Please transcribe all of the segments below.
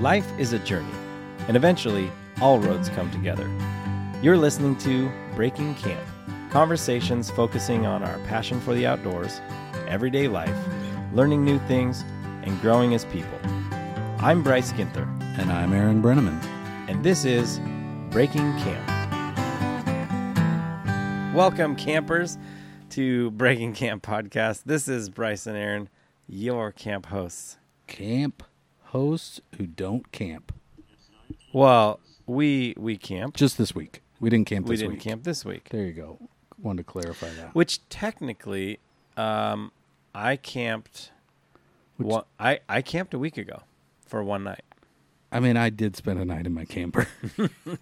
Life is a journey, and eventually, all roads come together. You're listening to Breaking Camp conversations focusing on our passion for the outdoors, everyday life, learning new things, and growing as people. I'm Bryce Ginther, And I'm Aaron Brenneman. and this is Breaking Camp. Welcome, campers, to Breaking Camp Podcast. This is Bryce and Aaron, your camp hosts. Camp hosts who don't camp. Well, we we camped. Just this week. We didn't camp We this didn't week. camp this week. There you go. Wanted to clarify that. Which technically, um, I camped. Which- one, I I camped a week ago for one night. I mean, I did spend a night in my camper.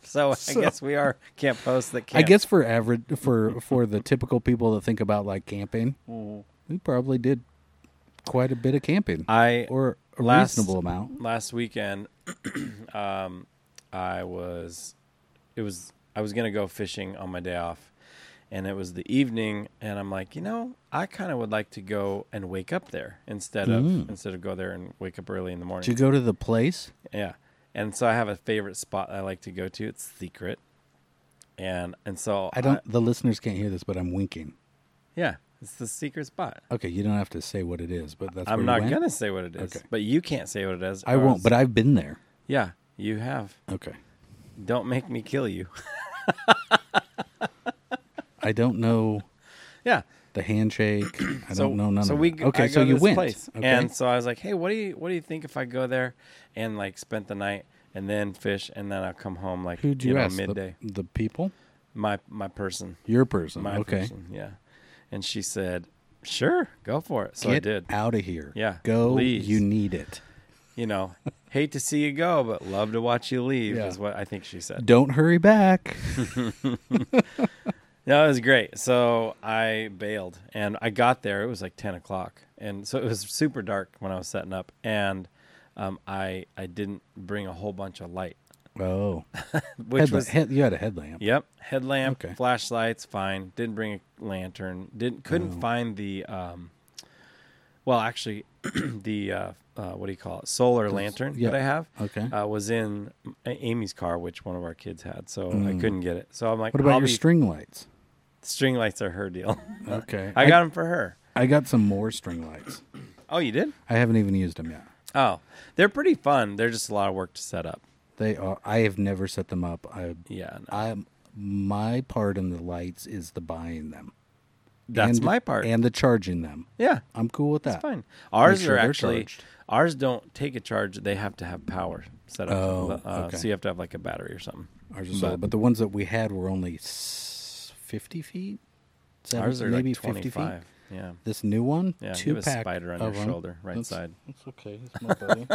So I So- guess we are camp hosts that I camp. guess for average, for for the typical people that think about like camping, we probably did quite a bit of camping, Mm-hmm. I or a last- reasonable amount. last weekend, um, I was, it was I was gonna go fishing on my day off, and it was the evening, and I'm like, you know, I kind of would like to go and wake up there instead of instead of go there and wake up early in the morning. Did you go Mm. to the place? Yeah. And so I have a favorite spot I like to go to. It's secret. And and so I don't. the listeners can't hear this, but I'm winking. yeah, it's the secret spot. Okay, you don't have to say what it is, but that's. where I'm you not went? gonna say what it is, Okay. but you can't say what it is. I or won't. else- But I've been there. yeah, you have. Okay. Don't make me kill you. I don't know yeah. the handshake. I So don't know none so of we that. g- Okay, I so go to you this went. place. Okay. and so I was like, hey, what do you what do you think if I go there and like spent the night and then fish and then I'll come home like Who'd you, know ask? The- midday The, people? my my person Your person. my okay. person yeah, and she said sure go for it so Get I did out of here. Yeah, Go. please. You need it. you know, hate to see you go, but love to watch you leave Yeah. is what I think she said. Don't hurry back. No, it was great. So I bailed and I got there. It was like 10 o'clock. And so it was super dark when I was setting up. And um, I, I didn't bring a whole bunch of light, Oh. which Headla- was, head- you had a headlamp. yep, headlamp, Okay. flashlights, fine. Didn't bring a lantern. Didn't, Oh. couldn't find the, um, well, actually, the, uh, uh, what do you call it? Solar lantern yeah. that I have. Okay. uh, was in A- Amy's car, which one of our kids had, so I couldn't get it. So I'm like, Mm. what about I'll your be- string lights? string lights are her deal. Okay. I got them for her. I got some more string lights. Oh, you did? I haven't even used them yet. Oh, they're pretty fun. They're just a lot of work to set up. They are. I have never set them up. I. Yeah, no. I'm. My part in the lights is the buying them. that's And- my part. And the charging them. yeah, I'm cool with that. it's fine. Ours sure are they're actually charged. ours don't take a charge. They have to have power set up. Oh, uh, okay. so you have to have like a battery or something. Ours are solar, but the ones that we had were only s- 50 feet. Seven- Ours are maybe like 25. 50 feet. Yeah. This new one, Yeah, two you have a pack spider on of your 'em. shoulder, right That's- side. That's okay. That's my buddy.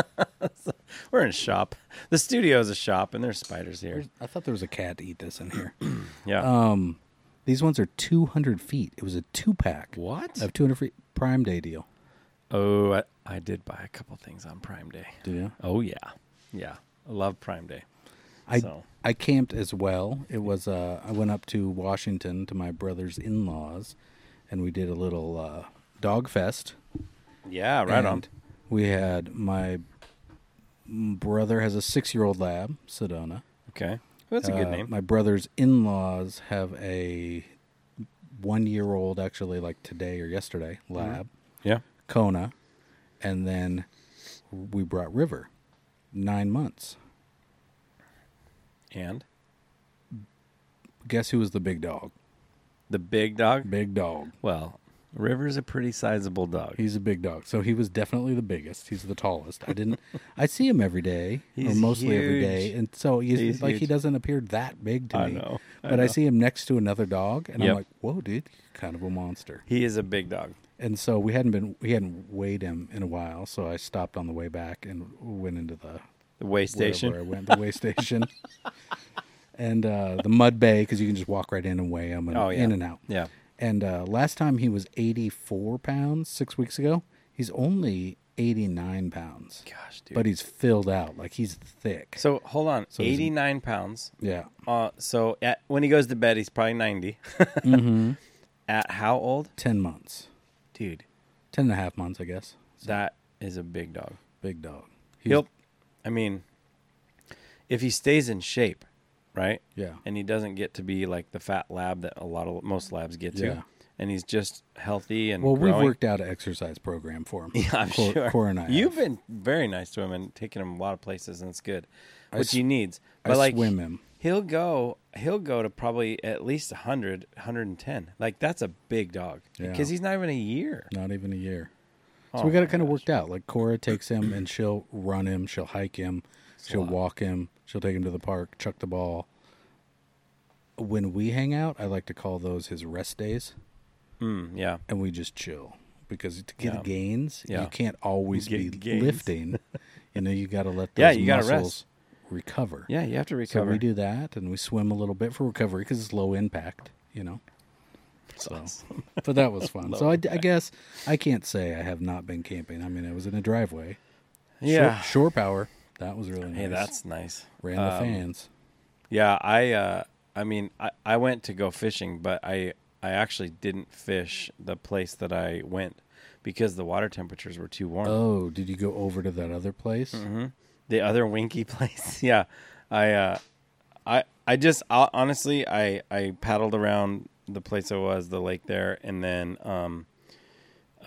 We're in a shop. The studio is a shop, and there's spiders here. I thought there was a cat to eat this in here. Yeah. Um, these ones are 200 feet. It was a two pack what? of 200 feet Prime Day deal. Oh, I, I did buy a couple things on Prime Day. Do you? Oh yeah, yeah. I love Prime Day. I So- I camped as well. It was uh, I went up to Washington to my brother's in laws, and we did a little uh, dog fest. Yeah, right on. And We had my brother has a six year old lab, Sedona. Okay, that's a good Uh, name. My brother's in laws have a one year old, actually, like today or yesterday, Mm-hmm. lab, Yeah. Kona. And then we brought River, nine months. And Guess who was the big dog? the big dog. Big dog. Well, River's a pretty sizable dog. He's a big dog. So he was definitely the biggest. He's the tallest. I didn't I see him every day or He's mostly every day. huge. And so he's, He's like he huge. doesn't appear that big to I me. know, I but I see him next to another dog and Yep. I'm like, "Whoa, dude, you're kind of a monster." He is a big dog. And so we hadn't been we hadn't weighed him in a while, so I stopped on the way back and went into the The way wherever station. I went, the weigh station. And uh, the mud bay because you can just walk right in and weigh him and Oh, yeah. in and out. Yeah. And uh, last time he was 84 pounds six weeks ago. He's only 89 pounds, Gosh, dude. but he's filled out. Like he's thick. so hold on. he's- Eighty nine pounds. yeah. Uh, so at, when he goes to bed, he's probably 90 Mm-hmm. At how old, 10 months, dude? 10 and a half months, I guess. That is a big dog. Big dog. He's, He'll. I mean, if he stays in shape, right? Yeah. And he doesn't get to be like the fat lab that a lot of most labs get to. Yeah. And he's just healthy and Well, we've growing. worked out an exercise program for him. Yeah, I'm Cor- sure. Cor and I. You've have. been very nice to him and taking him a lot of places, and it's good, I which he s- needs. I But like, swim him. he'll go, he'll go to probably at least 100, 110. Like that's a big dog Yeah. because he's not even a year. Not even a year. So Oh we got it my kind of worked out. Like Cora takes him and she'll run him, she'll hike him, she'll lot. walk him, she'll take him to the park, chuck the ball. When we hang out, I like to call those his rest days, Mm, yeah, and we just chill because to get Yeah. gains, Yeah. you can't always Get be gains. lifting. you know, you got to let those Yeah, you gotta rest. muscles recover. yeah. You have to So recover. we do that, and we swim a little bit for recovery because it's low impact, you know. So, but that was fun. so I, d- I guess I can't say I have not been camping. I mean, I was in a driveway. Shore- Yeah. shore, power. That was really nice. Hey, that's nice. ran the Um, fans. Yeah, I uh I mean I, I went to go fishing, but I I actually didn't fish the place that I went because the water temperatures were too warm. Oh, did you go over to that other place? Mm-hmm. The other winky place. yeah. I uh I I just ho- honestly I I paddled around the place I was, the lake there, and then um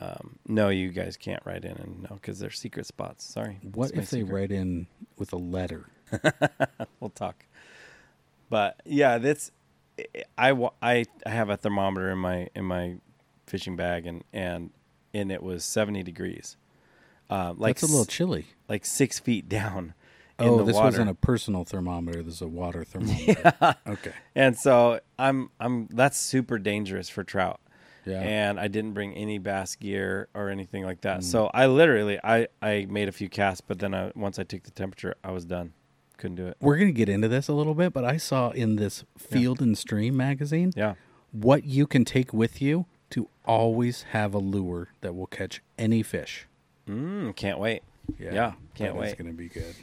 um no, you guys can't write in and no cuz they're secret spots. Sorry. What It's my if they secret. write in with a letter? we'll talk. But yeah, that's I, wa- I I have a thermometer in my in my fishing bag and and and it was seventy degrees, uh, like that's a little chilly. s- like six feet down in Oh, the this water. wasn't a personal thermometer. This is a water thermometer. Okay. and so I'm I'm that's super dangerous for trout. Yeah. And I didn't bring any bass gear or anything like that. So I literally I I made a few casts, but then I, once I took the temperature, I was done. Couldn't do it. We're going to get into this a little bit, but I saw in this Field and Stream magazine Yeah. what you can take with you to always have a lure that will catch any fish. Mm, can't wait. yeah can't wait. It's going to be good.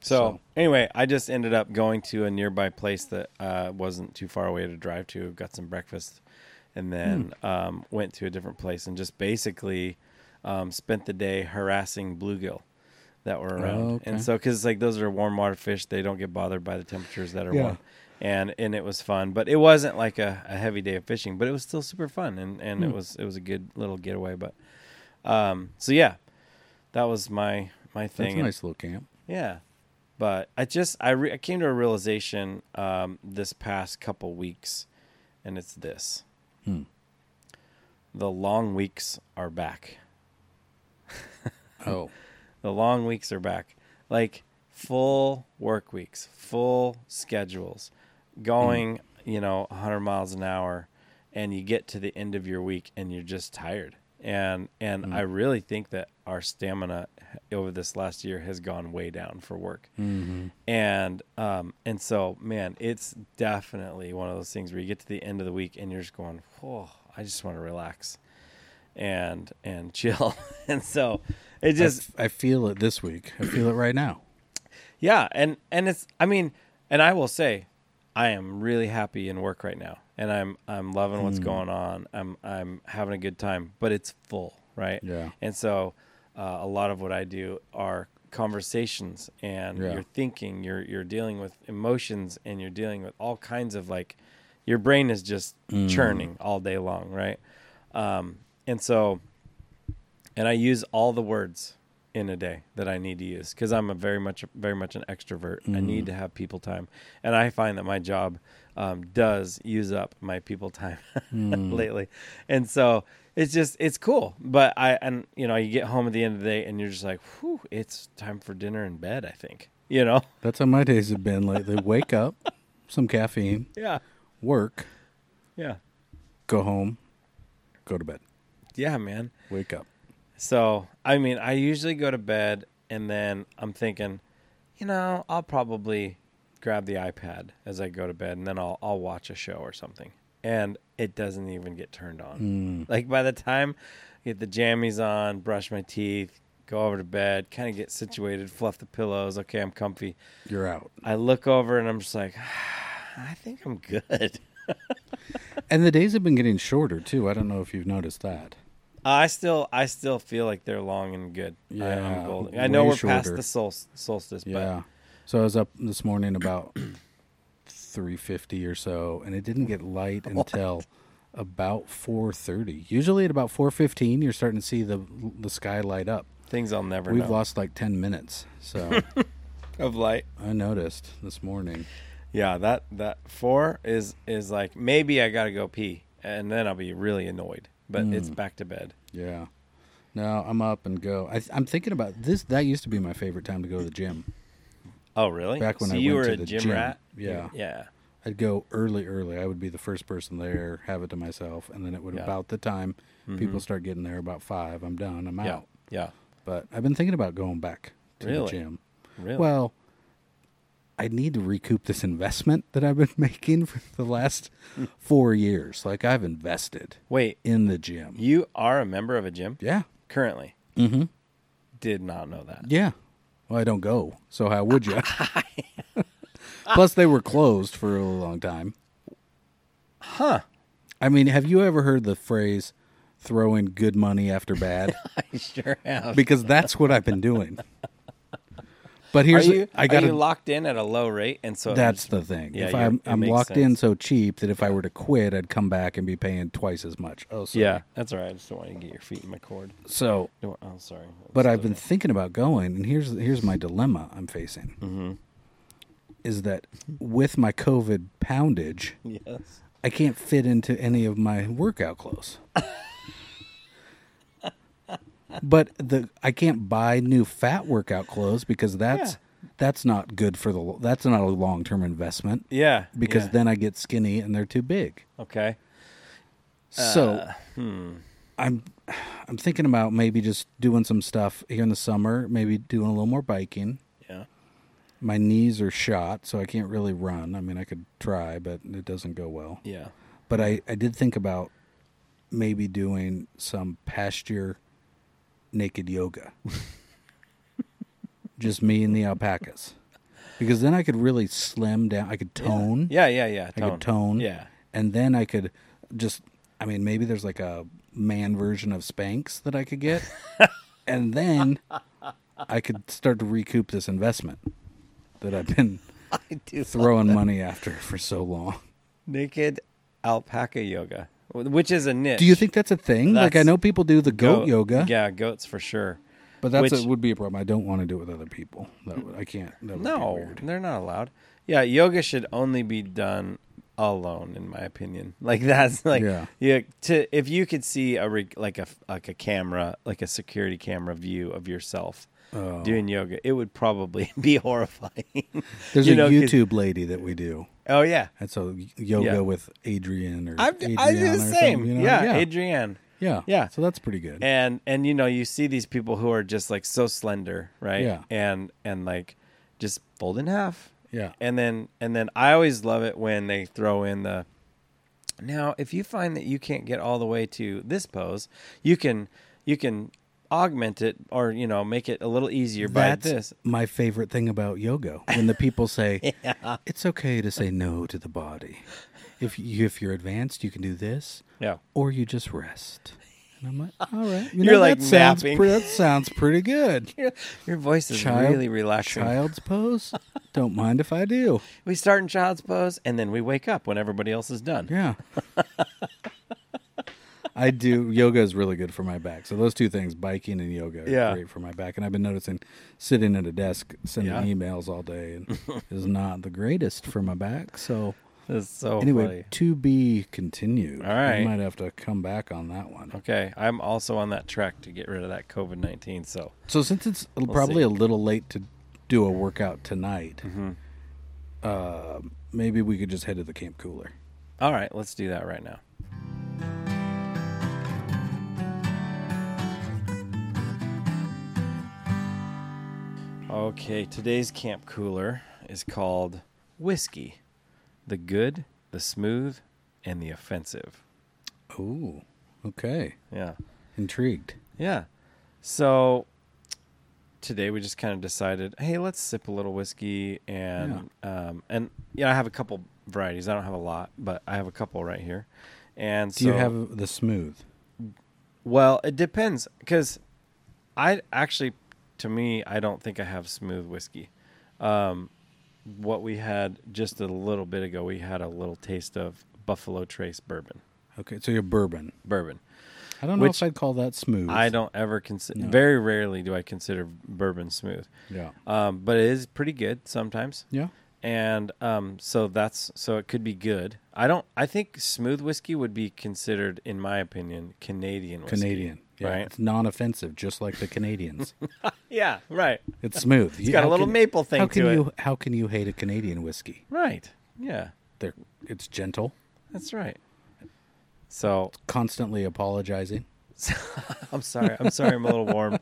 So, So- anyway, I just ended up going to a nearby place that uh, wasn't too far away to drive to. Got some breakfast, and then Hmm. um, went to a different place and just basically um, spent the day harassing bluegill that were around. Oh, Okay. And so, because like those are warm water fish, they don't get bothered by the temperatures that are Yeah. warm. And and it was fun, but it wasn't like a, a heavy day of fishing, but it was still super fun, and and Hmm. it was it was a good little getaway. But um, so yeah, that was my my That's thing. a And- nice little camp. yeah, but I just I, re- I came to a realization um, this past couple weeks, and it's this: Hmm. the long weeks are back. Oh, The long weeks are back, like full work weeks, full schedules, going you know 100 miles an hour, and you get to the end of your week and you're just tired. And and I really think that our stamina over this last year has gone way down for work mm-hmm. and um and so man it's definitely one of those things where you get to the end of the week and you're just going oh i just want to relax and and chill and so it just I, feel it this week. I feel it right now. yeah and and it's i mean and i will say i am really happy in work right now and i'm i'm loving Hmm. what's going on i'm i'm having a good time but it's full right Yeah. and so uh, a lot of what i do are conversations and Yeah. you're thinking you're you're dealing with emotions and you're dealing with all kinds of like your brain is just Hmm. churning all day long right um and so and I use all the words in a day that I need to use because I'm a very much very much an extrovert. I need to have people time, and I find that my job um, does use up my people time lately, and so it's just it's cool. But I and you know you get home at the end of the day and you're just like, whew, it's time for dinner and bed. I think you know, That's how my days have been lately. Wake up, some caffeine, yeah, work, yeah, go home, go to bed, yeah, man. wake up. So, I mean, I usually go to bed and then I'm thinking, you know, I'll probably grab the iPad as I go to bed and then I'll I'll watch a show or something. And it doesn't even get turned Hmm. on. Like by the time I get the jammies on, brush my teeth, go over to bed, kind of get situated, fluff the pillows, okay, I'm comfy. You're out. I look over and I'm just like, I think I'm good. And the days have been getting shorter too. I don't know if you've noticed that. I still, I still feel like they're long and good. I, Yeah, am golden. I know way we're past shorter. the sol- solstice, but Yeah. So I was up this morning about 3:50 or so, and it didn't get light until about 4:30. Usually at about 4:15, you're starting to see the the sky light up. Things I'll never We've know lost like 10 minutes, so of light. I noticed this morning. Yeah, that that four is is like maybe I gotta go pee, and then I'll be really annoyed. But Hmm. it's back to bed. Yeah. No, I'm up and go. I, I'm thinking about this. That used to be my favorite time to go to the gym. Oh, really? Back when so I you were went to a the gym, gym. rat. Yeah. yeah. I'd go early, early. I would be the first person there, have it to myself, and then it would Yeah. Mm-hmm. about the time people start getting there about five. I'm done. I'm Yeah. out. Yeah. But I've been thinking about going back to Really? the gym. Really? Well, I need to recoup this investment that I've been making for the last four years. Like I've invested Wait, in the gym. you are a member of a gym Yeah. currently? Mm-hmm. Did not know that. Yeah. Well, I don't go, so how would you? Plus, they were closed for a long time. Huh. I mean, have you ever heard the phrase "throwing good money after bad"? I sure have. because that's what I've been doing. But here's are you, I got are you locked in at a low rate, and so it that's was- the thing. Yeah, if you're- I'm it I'm makes locked in sense. so cheap that if I were to quit, I'd come back and be paying twice as much. Oh, sorry. yeah, that's all right. I just don't want you to get your feet in my cord. So No, I'm sorry. But I've been thinking about going, and here's here's my dilemma I'm facing. Mm-hmm. Is that with my COVID poundage, yes. I can't fit into any of my workout clothes. but the I can't buy new fat workout clothes because that's that's not good for the lo- that's not a long term investment Yeah. because yeah. then I get skinny and they're too big. okay. So, I'm I'm thinking about maybe just doing some stuff here in the summer. Maybe doing a little more biking. Yeah. My knees are shot, so I can't really run. I mean, I could try, but it doesn't go well. Yeah. But I I did think about maybe doing some pasture naked yoga, just me and the alpacas, because then I could really slim down. I could tone. Yeah. Yeah. Yeah. I could tone. Yeah. And then I could just I mean, maybe there's like a man version of Spanx that I could get. and then I could start to recoup this investment that I've been I do throwing money after for so long. naked alpaca yoga, which is a niche. Do you think that's a thing? like I That's- know people do the goat, Goat- yoga, Yeah, goats for sure. but that's which- a, would be a problem. I don't want to do it with other people. That would, I can't. That would be No, weird. they're not allowed. Yeah, yoga should only be done alone, in my opinion. Like that's like Yeah. yeah. to if you could see a re, like a like a camera, like a security camera view of yourself Oh. doing yoga, it would probably be horrifying. There's You a know, 'cause- YouTube lady that we do. Oh yeah, And so yoga Yeah. with Adrian or I'm, I do Adriana or the something, same. you know? Yeah, yeah. Adrienne. Yeah. Yeah. So that's pretty good. and and you know you see these people who are just like so slender right Yeah. and and like just fold in half Yeah. and then and then i always love it when they throw in the now if you find that you can't get all the way to this pose you can you can augment it or you know make it a little easier That's by this my favorite thing about yoga. When the people say, "It's okay to say no to the body. If you, if you're advanced, you can do this, yeah or you just rest." And I'm like, "All right, you You're like that sounds napping. pre- that sounds pretty good." your, your voice is Child- really relaxing Child's pose. Don't mind if I do. we start in child's pose and then we wake up when everybody else is done Yeah. I do yoga is really good for my back. So those two things, biking and yoga, are Yeah. great for my back. And I've been noticing sitting at a desk sending Yeah. emails all day and is not the greatest for my back. So it's so anyway, funny. to be continued. All right. I might have to come back on that one. Okay, I'm also on that trek to get rid of that COVID nineteen. So So since it's probably see. Mm-hmm. a little late to do a workout tonight, uh, maybe we could just head to the camp cooler. All right, let's do that right now. Okay, today's camp cooler is called Whiskey the Good, the Smooth, and the Offensive. Oh, okay. Yeah. Intrigued. Yeah. So today we just kind of decided, hey, let's sip a little whiskey and um and yeah, I have a couple varieties. I don't have a lot, but I have a couple right here. And Do so you have the smooth? well, it depends cuz I actually to me, I don't think I have smooth whiskey. Um what we had just a little bit ago. We had a little taste of Buffalo Trace bourbon. Okay, so you're bourbon. Bourbon. I don't know Which- if I'd call that smooth. I don't ever consider. No. Very rarely do I consider bourbon smooth, Yeah. um, but it is pretty good sometimes. Yeah. And um, so that's so it could be good. I don't. I think smooth whiskey would be considered, in my opinion, Canadian. Whiskey. Canadian. Yeah. right? It's non-offensive, just like the Canadians. Yeah, right. It's smooth. It's got a little maple thing How can to it. you? How can you hate a Canadian whiskey? Right. Yeah, They're, it's gentle. that's right. So Constantly apologizing. I'm sorry. I'm sorry. I'm a little warm.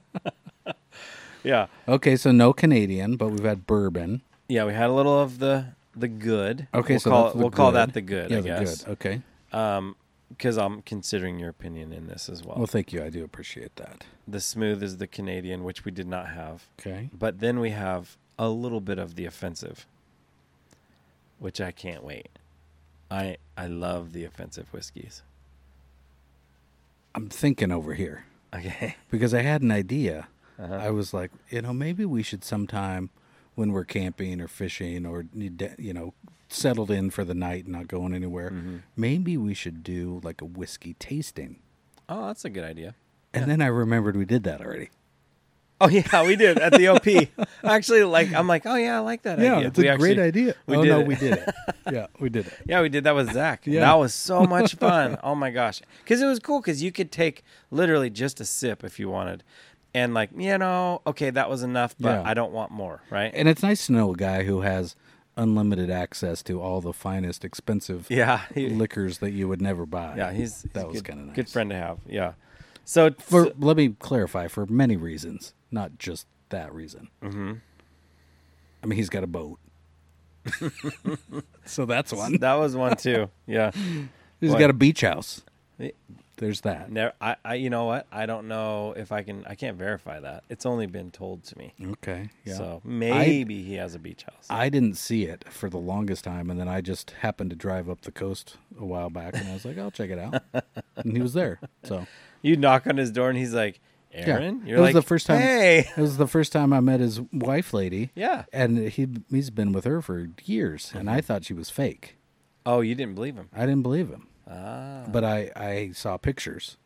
yeah. Okay, so no Canadian, but we've had bourbon. Yeah. We had a little of the the good. Okay, We'll so call that's it, the we'll call that good. the good. yeah, I the guess. good. Okay. because I'm considering your opinion in this as well. Well, thank you. I do appreciate that. the smooth is the Canadian, which we did not have, Okay. but then we have a little bit of the offensive, which I can't wait. I I love the offensive whiskeys. I'm thinking over here Okay, because I had an idea. Uh-huh. I was like, you know, maybe we should sometime when we're camping or fishing or you know settled in for the night and not going anywhere, Mm-hmm. maybe we should do like a whiskey tasting. oh, that's a good idea. And then I remembered we did that already. Oh yeah, we did at the OP. Actually, like I'm like, oh yeah, I like that idea. it's a We great actually- idea. We oh did no, it. we did it. Yeah, we did it. Yeah, we did that with Zach. Yeah. That was so much fun. oh my gosh, because it was cool because you could take literally just a sip if you wanted, and like you know, okay, that was enough, but Yeah. I don't want more, right? And it's nice to know a guy who has unlimited access to all the finest, expensive yeah, he- liquors that you would never buy. yeah, he's, he's that a was good- kind of nice. Good friend to have. Yeah. So For so- let me clarify, for many reasons, not just that reason. Mm-hmm. I mean, he's got a boat, so that's one. that was one too. Yeah. He's What? got a beach house. Eh. There's that. Never, I, I, you know what? I don't know if I can. I can't verify that. It's only been told to me. Okay. Yeah. So maybe he has a beach house. I didn't see it for the longest time, and then I just happened to drive up the coast a while back, and I was like, "I'll check it out," and he was there. So you knock on his door and he's like, yeah, "Aaron," it you're was like, the first time. Hey, It was the first time I met his wife, lady. Yeah. Mm-hmm. and he he's been with her for years, and I thought she was fake. oh, you didn't believe him. I didn't believe him. But I, I saw pictures.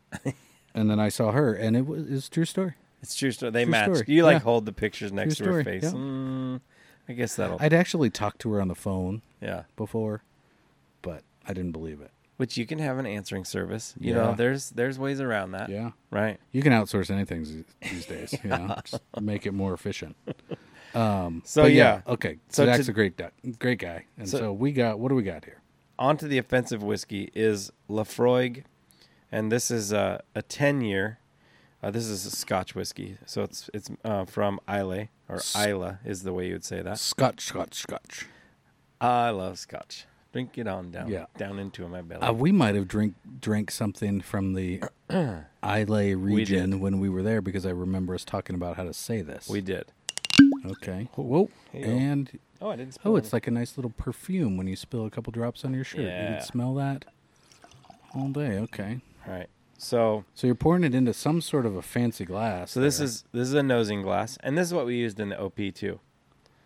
and then I saw her, and it was, it's a true story. It's true story. They True matched. story. You like Yeah. hold the pictures next True to her story. face. Yeah. Mm, I guess that'll. I'd actually talked to her on the phone yeah. before, but I didn't believe it. Which you can have an answering service. You know, Yeah. there's there's ways around that. Yeah. Right. You can outsource anything these- these days, you know, just make it more efficient. Um, So, but yeah. okay. So So Zach's to- a great, du- great guy, and So- so, we got what do we got here? Onto the offensive whiskey is Lafroig, and this is a, a ten year. Uh, this is a Scotch whiskey, so it's it's uh, from Islay or Isla is the way you would say that. Scotch, Scotch, Scotch. I love Scotch. Drink it on down, Yeah. down into my belly. Uh, we might have drink drank something from the Islay region when we were there because I remember us talking about how to say this. we did. Okay. Whoa. And Oh, I didn't. Spill oh, it's like a nice little perfume when you spill a couple drops on your shirt. You Yeah. can smell that all day. Okay. all right. So So you're pouring it into some sort of a fancy glass. So this is this is a nosing glass, and this is what we used in the OP too.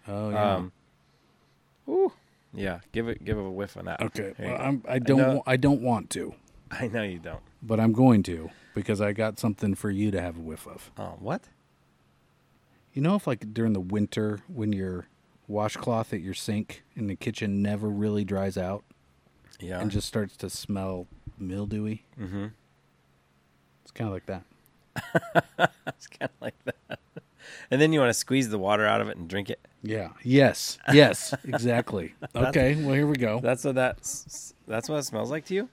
Oh yeah. Um, ooh, yeah. Give it give it a whiff on that. okay. Here you Well, go. I'm, I don't. know- wa- I don't want to, I know you don't. but I'm going to because I got something for you to have a whiff of. Oh, what? You know, if like during the winter when your washcloth at your sink in the kitchen never really dries out Yeah. and just starts to smell mildewy. Mm-hmm. It's kind of like that. it's kind of like that. And then you want to squeeze the water out of it and drink it. Yeah. Yes. Yes. Exactly. okay. Well, here we go. That's what that s- s- that's what it smells like to you.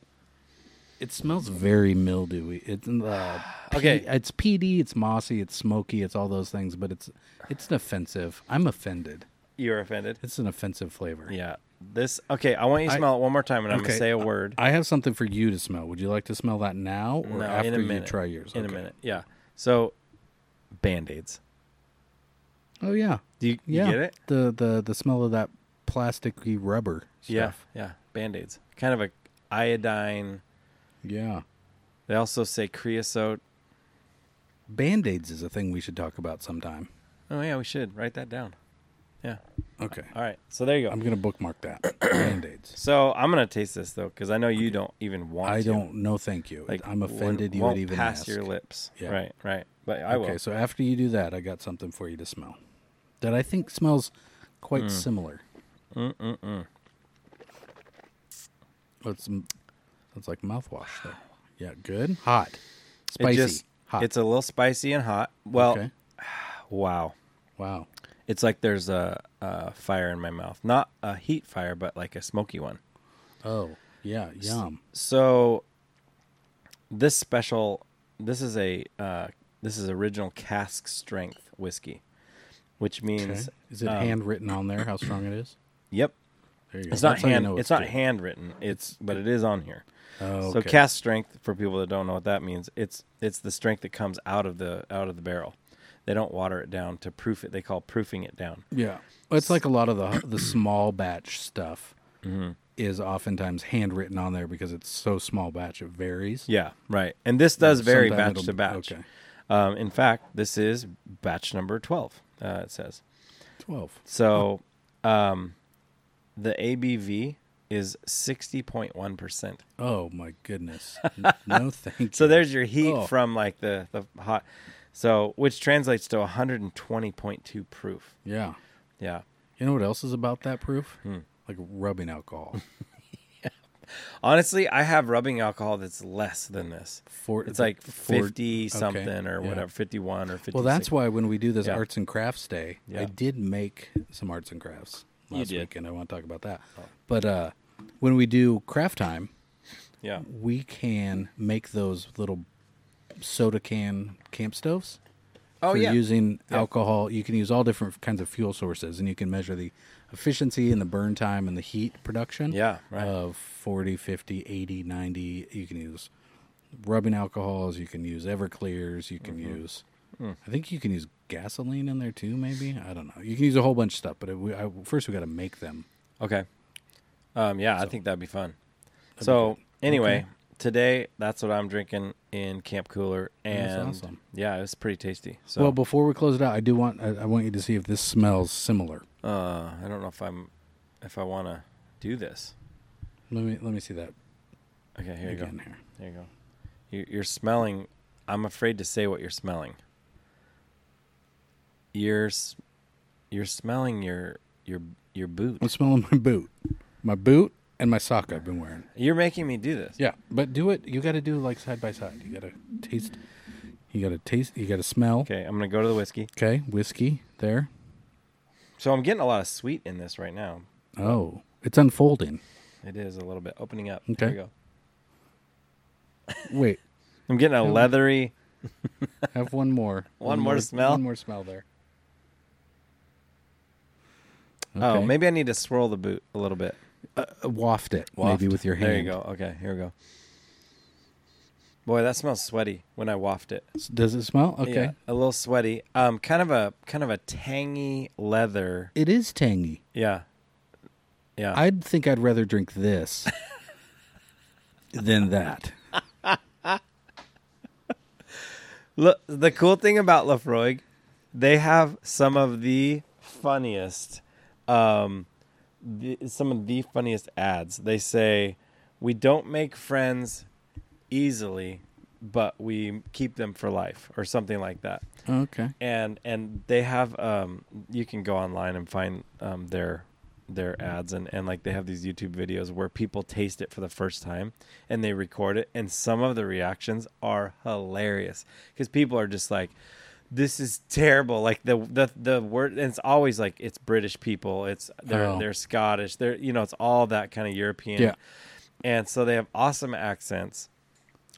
It smells very mildewy. It's uh, P- Okay. It's PD. It's mossy. It's smoky. It's all those things. But it's it's an offensive. I'm offended. You're offended. It's an offensive flavor. Yeah. This okay. I want you to I- smell it one more time, and I'm gonna okay, say a word. I have something for you to smell. Would you like to smell that now or no, after in a you minute. try yours? In Okay. a minute. Yeah. So, band aids. Oh yeah. Do you, you Yeah. get it? The the the smell of that plasticky rubber. Yeah. Stuff. Yeah. Band aids. Kind of a iodine. Yeah. They also say creosote. Band aids is a thing we should talk about sometime. Oh yeah, we should write that down. Yeah. Okay. All right. So there you go. I'm gonna bookmark that. Band aids. so I'm gonna taste this though, because I know you don't even want. I to. don't. No, thank you. Like I'm won't- offended. You would won't even pass ask. your lips. Yeah. Right. Right. But I will. Okay, so after you do that, I got something for you to smell that I think smells quite Mm. similar. Mm-mm-mm. It's, m- it's like mouthwash, though. Yeah, good. Hot. It Spicy. just- hot. It's a little spicy and hot. Well, okay. wow. Wow. It's like there's a, a fire in my mouth. Not a heat fire, but like a smoky one. Oh, yeah. Yum. So this special, this is a uh, this is original cask strength whiskey, which Okay. means Is it um, handwritten on there how strong it is? Yep, There you go. it's not That's how you hand. know It's, not good. handwritten. It's but it is on here. Oh, So okay. cast strength for people that don't know what that means, it's it's the strength that comes out of the out of the barrel. They don't water it down to proof it. They call proofing it down. Yeah, it's like a lot of the the small batch stuff Mm-hmm. is oftentimes handwritten on there because it's so small batch it varies. Yeah, right. And this does vary sometime batch it'll to be- batch. okay. Um, in fact, this is batch number twelve. Uh, it says. Twelve. So, um, the ABV is sixty point one percent. Oh my goodness! No thank So you. there's your heat Oh. from like the the hot, so which translates to one hundred and twenty point two proof. yeah. Yeah. You know what else is about that proof? Hmm. Like rubbing alcohol. Honestly, I have rubbing alcohol that's less than this. For It's like for- fifty okay, something or yeah. whatever, fifty one or fifty. Well, that's why when we do this Yeah. arts and crafts day, I Yeah. did make some arts and crafts You last did. Oh. weekend. I want to talk about that. But uh, when we do craft time, Yeah. we can make those little soda can camp stoves. Oh for yeah. using Yeah. alcohol, you can use all different kinds of fuel sources, and you can measure the efficiency and the burn time and the heat production. Yeah, right. Of 40, 50, 80, 90. You can use rubbing alcohols. You can use Everclears. You can Mm-hmm. use. Hmm. I think you can use gasoline in there too. Maybe I don't know. You can use a whole bunch of stuff, but it, we, I, first we got to make them. Okay. Um, yeah, I think that'd be fun. so anyway, today that's what I'm drinking in Camp Cooler, that's and awesome. yeah, it's pretty tasty. So Well, before we close it out, I do want I, I want you to see if this smells similar. uh, I don't know if I'm if I want to do this. Let me let me see that Okay, here you again go. here. Here you go. You, you're smelling. I'm afraid to say what you're smelling. You're s- you're smelling your your your boot. I'm smelling my boot, my boot, and my sock I've been wearing. You're making me do this. Yeah, but do it. You got to do like side by side. You got to taste. You got to taste. You got to smell. Okay. Okay, I'm gonna go to the whiskey. whiskey there. So I'm getting a lot of sweet in this right now. Oh, it's unfolding. It is a little bit opening up. Okay. There we go. Wait, I'm getting a leathery. have one more. One more smell? One more smell there. Oh, Okay. maybe I need to swirl the boot a little bit. Uh, waft it maybe with your hand. There you go. Okay, here we go. Boy, that smells sweaty when I waft it. S- Does it smell? Okay. Yeah, a little sweaty. Um, kind of a kind of a tangy leather. It is tangy. Yeah, yeah. I'd think I'd rather drink this than that. Look, the cool thing about Lafroig, they have some of the funniest, um, the, some of the funniest ads. They say, "We don't make friends easily, but we keep them for life," or something like that. Okay. And and they have um, you can go online and find um, their their ads and, and like they have these YouTube videos where people taste it for the first time and they record it and some of the reactions are hilarious because people are just like this is terrible like the the the word and it's always like it's British people it's they're Oh. they're Scottish they're you know it's all that kind of European Yeah. and so they have awesome accents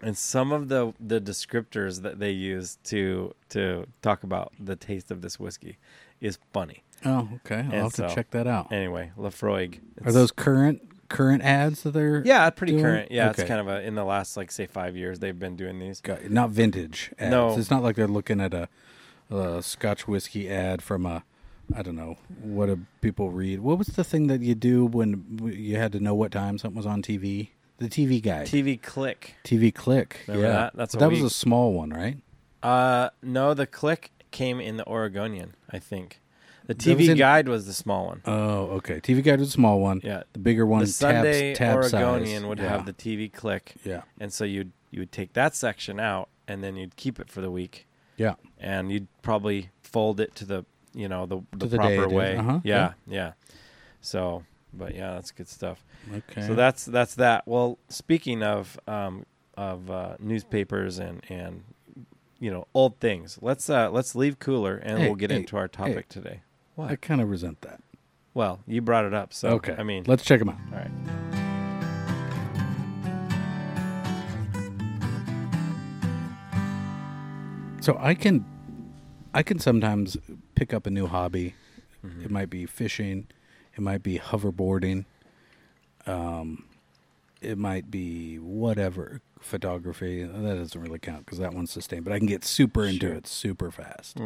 and some of the the descriptors that they use to to talk about the taste of this whiskey is funny Oh, okay. I'll And have to so- check that out. Anyway, Lafroig. Are those current current ads that they're? Yeah, pretty doing? current. Yeah, Okay. it's kind of a in the last like say five years they've been doing these. Got- not vintage ads. No. It's not like they're looking at a, a Scotch whiskey ad from a, I don't know, what do people read? What was the thing that you do when w- you had to know what time something was on TV? The TV guide. TV Click. TV click. Remember yeah, that? That's a But that was week. a small one, right? Uh, no, the Click came in the Oregonian, I think. The That was TV in- guide was the small one. Oh, okay. TV Guide was a small one. Yeah. The bigger one, the Sunday tab, tab Oregonian size. would yeah. have the TV click, Yeah. and so you'd you would take that section out, and then you'd keep it for the week, Yeah. and you'd probably fold it to the you know the, the, To the day proper it is. way. Uh-huh. Yeah, yeah. So, but yeah, that's good stuff. Okay. So that's that's that. Well, speaking of um, of uh, newspapers and and you know old things, let's uh, let's leave cooler and Hey, we'll get hey, into our topic today. What? I kind of resent that. well, you brought it up, so okay. I mean, let's check them out. all right. So I can, I can sometimes pick up a new hobby. It might be fishing, it might be hoverboarding, um, it might be whatever photography. That doesn't really count because that one's sustained. But I can get super into it super fast.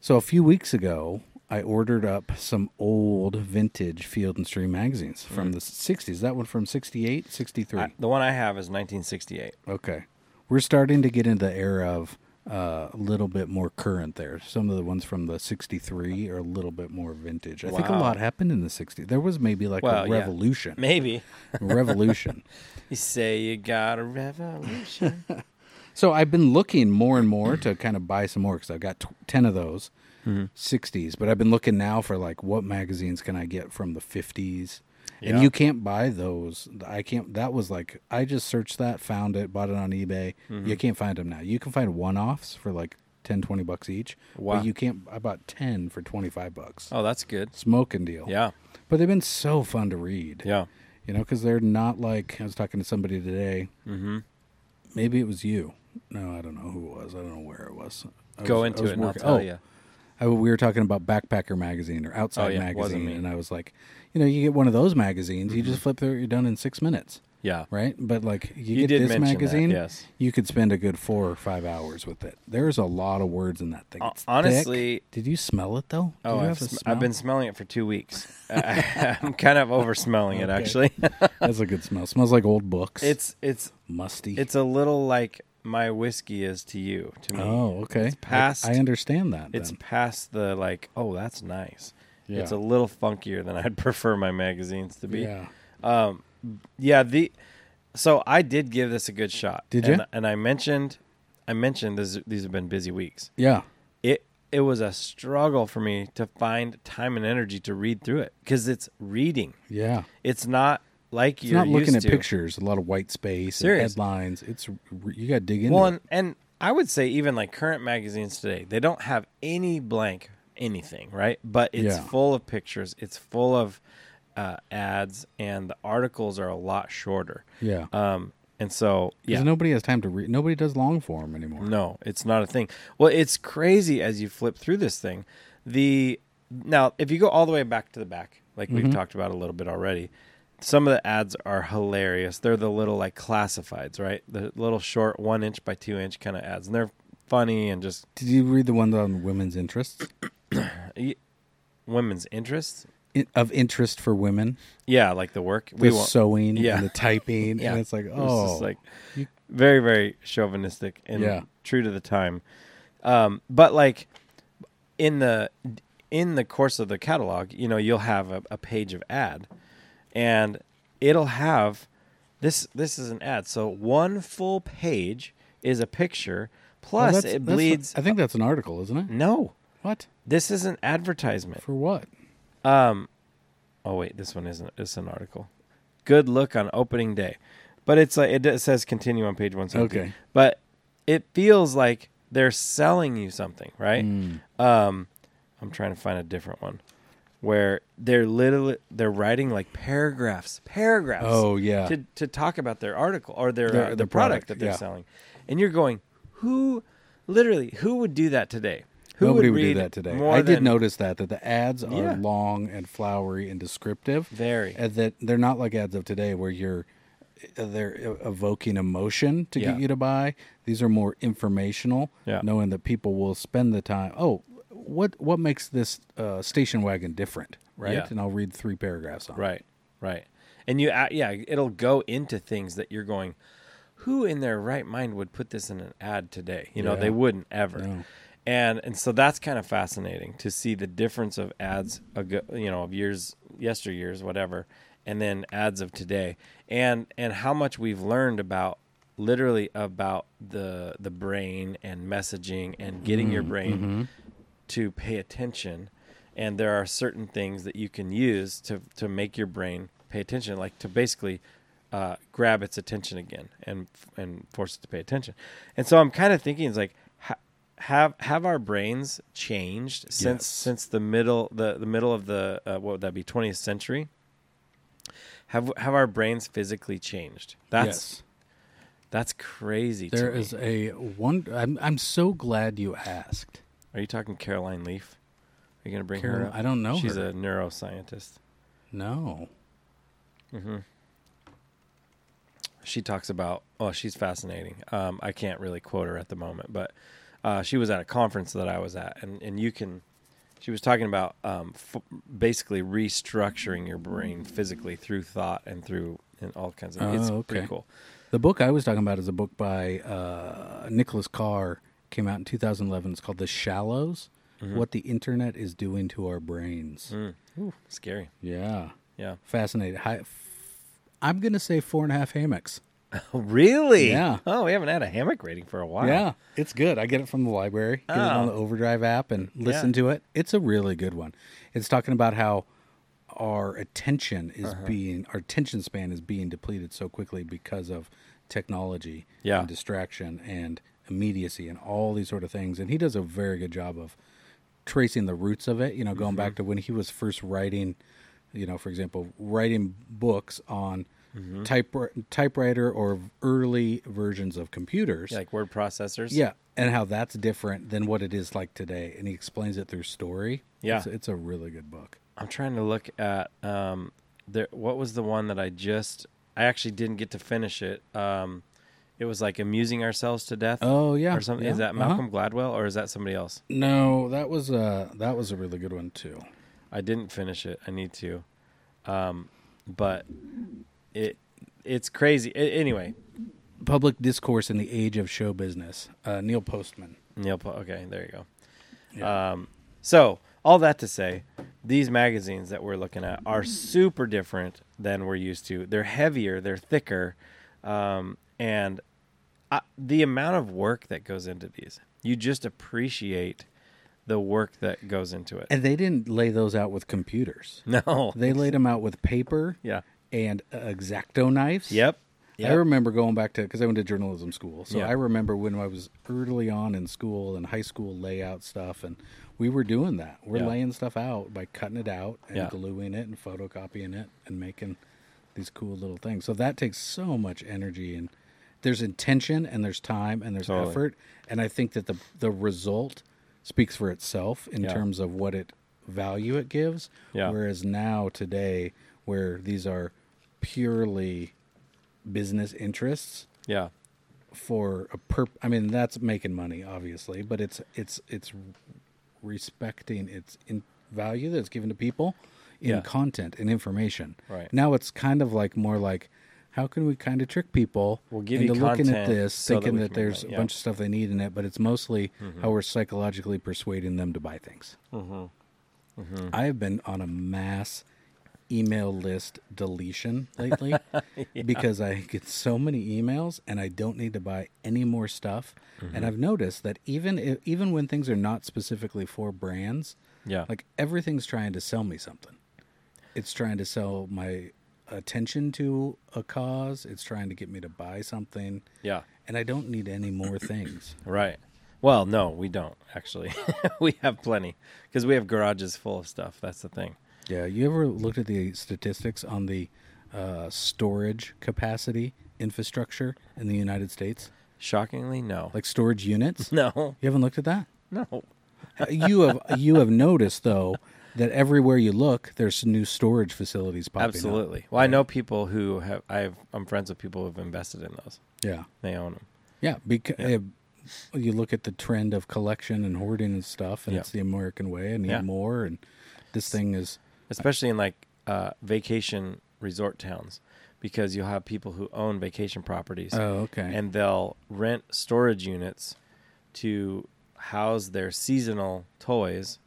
So a few weeks ago, I ordered up some old vintage Field and Stream magazines from the 60s. That one from 68, 63. I- the one I have is 1968. Okay. We're starting to get into the era of uh, a little bit more current there. Some of the ones from the 63 are a little bit more vintage. I think a Wow. lot happened in the 60s. There was maybe like Well, a yeah. revolution. Maybe A revolution. you say you got a revolution. So I've been looking more and more to kind of buy some more because I've got t- 10 of those Mm-hmm. 60s. But I've been looking now for like what magazines can I get from the 50s? Yeah. And you can't buy those. I can't. That was like, I just searched that, found it, bought it on eBay. Mm-hmm. You can't find them now. You can find one offs for like 10, 20 bucks each. Wow. But you can't. I bought 10 for 25 bucks. oh, that's good. Smoking deal. Yeah, But they've been so fun to read yeah. you know, because they're not like I was talking to somebody today. Mm-hmm. Maybe it was you. No, I don't know who it was. I don't know where it was. I Go was- I into was it, and I'll working- tell oh, you. I, we were talking about Backpacker magazine or Outside Oh, yeah, it wasn't magazine, me. and I was like, you know, you get one of those magazines, you just flip through, it, you're done in six minutes, Yeah, right? But like, You you, get did this mention that, magazine, yes. you could spend a good four or five hours with it. There's a lot of words in that thing. Hon- It's thick. honestly- did you smell it though? Did Oh, you I've, have a sm- I've been smell? smelling it for two weeks. I, I'm kind of over smelling it Okay. actually. That's a good smell. Smells like old books. it's it's musty. it's a little like my whiskey is to you to me. Oh, okay. I- past- I, understand that. It's then. past the like, oh, that's nice. It's a Yeah. little funkier than I'd prefer my magazines to be. yeah. Yeah, the so I did give this a good shot. Did and, ya? And I mentioned, I mentioned this, these have been busy weeks. Yeah. It it was a struggle for me to find time and energy to read through it because it's reading. Yeah. It's not like It's you're not looking used at to. pictures, a lot of white space, and Serious. headlines. It's you got to dig into Well, it. and, and I would say even like current magazines today, they don't have any blank anything, right? But it's Yeah. full of pictures. It's full of uh, ads, and the articles are a lot shorter. Yeah. Um, and so yeah, Because nobody has time to read. Nobody does long form anymore. no, it's not a thing. Well, it's crazy as you flip through this thing. The now, if you go all the way back to the back, like we've talked about a little bit already, some of the ads are hilarious. They're the little like classifieds, right? The little short one inch by two inch kind of ads, and they're funny and just Did you read the one on women's interests? women's interests. In, of interest for women, Yeah, like the work the we won't. sewing Yeah. and the typing, yeah, and it's like, It was oh, just like very very chauvinistic and Yeah. true to the time. Um, but like in the in the course of the catalog, you know, you'll have a, a page of ad, and it'll have this. This is an ad, so one full page is a picture. well, Plus, Oh, that's- it that's- bleeds. I think that's an article, isn't it? no, What this is an advertisement. for what? Oh wait, this one isn't. It's an article. Good look on opening day, but it's like it d- says continue on page one seventy. Okay. but it feels like they're selling you something, right? Mm. Um, I'm trying to find a different one where they're literally they're writing like paragraphs, paragraphs. Oh, yeah. to to talk about their article or their Their- uh, the, their product, product, that they're yeah. selling, and you're going, who, literally, who would do that today? Who Nobody would, would, do read that today. more I did than- notice that that the ads are Yeah. long and flowery and descriptive. Very. And that they're not like ads of today where you're uh, they're e, evoking emotion to Yeah. get you to buy. These are more informational, Yeah. knowing that people will spend the time. Oh, what what makes this uh, station wagon different, right? Yeah. And I'll read three paragraphs on. it. Right, right. And you, a- yeah, it'll go into things that you're going, who in their right mind would put this in an ad today? You know, Yeah. they wouldn't ever. No. and and so that's kind of fascinating to see the difference of ads ago, you know of years yesteryears whatever and then ads of today and and how much we've learned about literally about the the brain and messaging and getting Mm-hmm, your brain to pay attention and there are certain things that you can use to to make your brain pay attention like to basically uh, grab its attention again and and force it to pay attention and so i'm kind of thinking it's like ha- have have our brains changed since Yes. since the middle the, the middle of the uh, what would that be 20th century have have our brains physically changed that's yes. that's crazy There to me. is a one. I'm I'm so glad you asked. Are you talking Caroline Leaf? Are you going to bring her Carol- up? I don't know She's her. a neuroscientist. No. She talks about, oh, she's fascinating. Um, I can't really quote her at the moment, but uh, she was at a conference that I was at, and, and you can, she was talking about um, f- basically restructuring your brain physically through thought and through and all kinds of It's Oh, okay. pretty cool. The book I was talking about is a book by uh, Nicholas Carr. Came out in 2011. It's called The Shallows: What the Internet is Doing to Our Brains. Scary. Yeah, Yeah. fascinating. Hi, I'm gonna say four and a half hammocks. really? Yeah. Oh, we haven't had a hammock rating for a while. Yeah, it's good. I get it from the library. Get it on Oh. the Overdrive app and listen to it. It's a really good one. It's talking about how our attention is Uh-huh. being our attention span is being depleted so quickly because of technology Yeah. and distraction and immediacy and all these sort of things. And he does a very good job of tracing the roots of it, you know, going Mm-hmm. back to when he was first writing, you know, for example, writing books on Mm-hmm. type, typewriter or early versions of computers. Like word processors. Yeah, and how that's different than what it is like today, and he explains it through story. Yeah. it's, it's a really good book. I'm trying to look at um, there. What was the one that I just? I actually didn't get to finish it. Um, it was like amusing ourselves to death. Oh, yeah, or something. yeah, Is that Malcolm Gladwell or is that somebody else? No, that was a that was a really good one too. I didn't finish it. I need to, um, but it it's crazy. A- anyway, Public discourse in the age of show business. Uh, Neil Postman. Neil. Po- okay, there you go. Yeah. Um, so all that to say, these magazines that we're looking at are super different than we're used to. They're heavier, they're thicker, um, and I, the amount of work that goes into these, you just appreciate the work that goes into it. And they didn't lay those out with computers. no, They laid them out with paper. Yeah. and uh, exacto knives. yep, yep. I remember going back to because I went to journalism school, so Yeah. I remember when I was early on in school and high school layout stuff, and we were doing that. We're Yeah. laying stuff out by cutting it out and Yeah. gluing it and photocopying it and making these cool little things. So that takes so much energy and there's intention and there's time and there's Totally. effort, and I think that the the result speaks for itself in Yeah. terms of what it value it gives. Yeah. Whereas now today, where these are purely business interests yeah, for a perp I mean that's making money obviously but it's it's it's respecting its in value that's given to people in Yeah. content and information Right. now it's kind of like more like how can we kind of trick people We'll give into you looking at content this so that thinking we that, can make there's money. a Yeah. Mm-hmm. bunch of stuff they need in it but it's mostly how we're psychologically persuading them to buy things Mm-hmm. I've been on a mass email list deletion lately because I get so many emails and I don't need to buy any more stuff. Mm-hmm. And I've noticed that even if, even when things are not specifically for brands, yeah, like everything's trying to sell me something. It's trying to sell my attention to a cause. It's trying to get me to buy something. yeah, And I don't need any more things. right. Well, no, we don't actually. we have plenty because we have garages full of stuff. That's the thing. Yeah, you ever looked at the statistics on the uh, storage capacity infrastructure in the United States, Shockingly, no. like storage units? no, You haven't looked at that. no. Uh, you have you have noticed though that everywhere you look, there's new storage facilities popping up. Absolutely. Well, I know people who have. I've, I'm friends with people who've invested in those. Yeah, They own them. yeah. Because you look at the trend of collection and hoarding and stuff, and Yeah. it's the American way. I need Yeah. more, and this thing is especially in like uh, vacation resort towns, because you'll have people who own vacation properties, oh okay. and they'll rent storage units to house their seasonal toys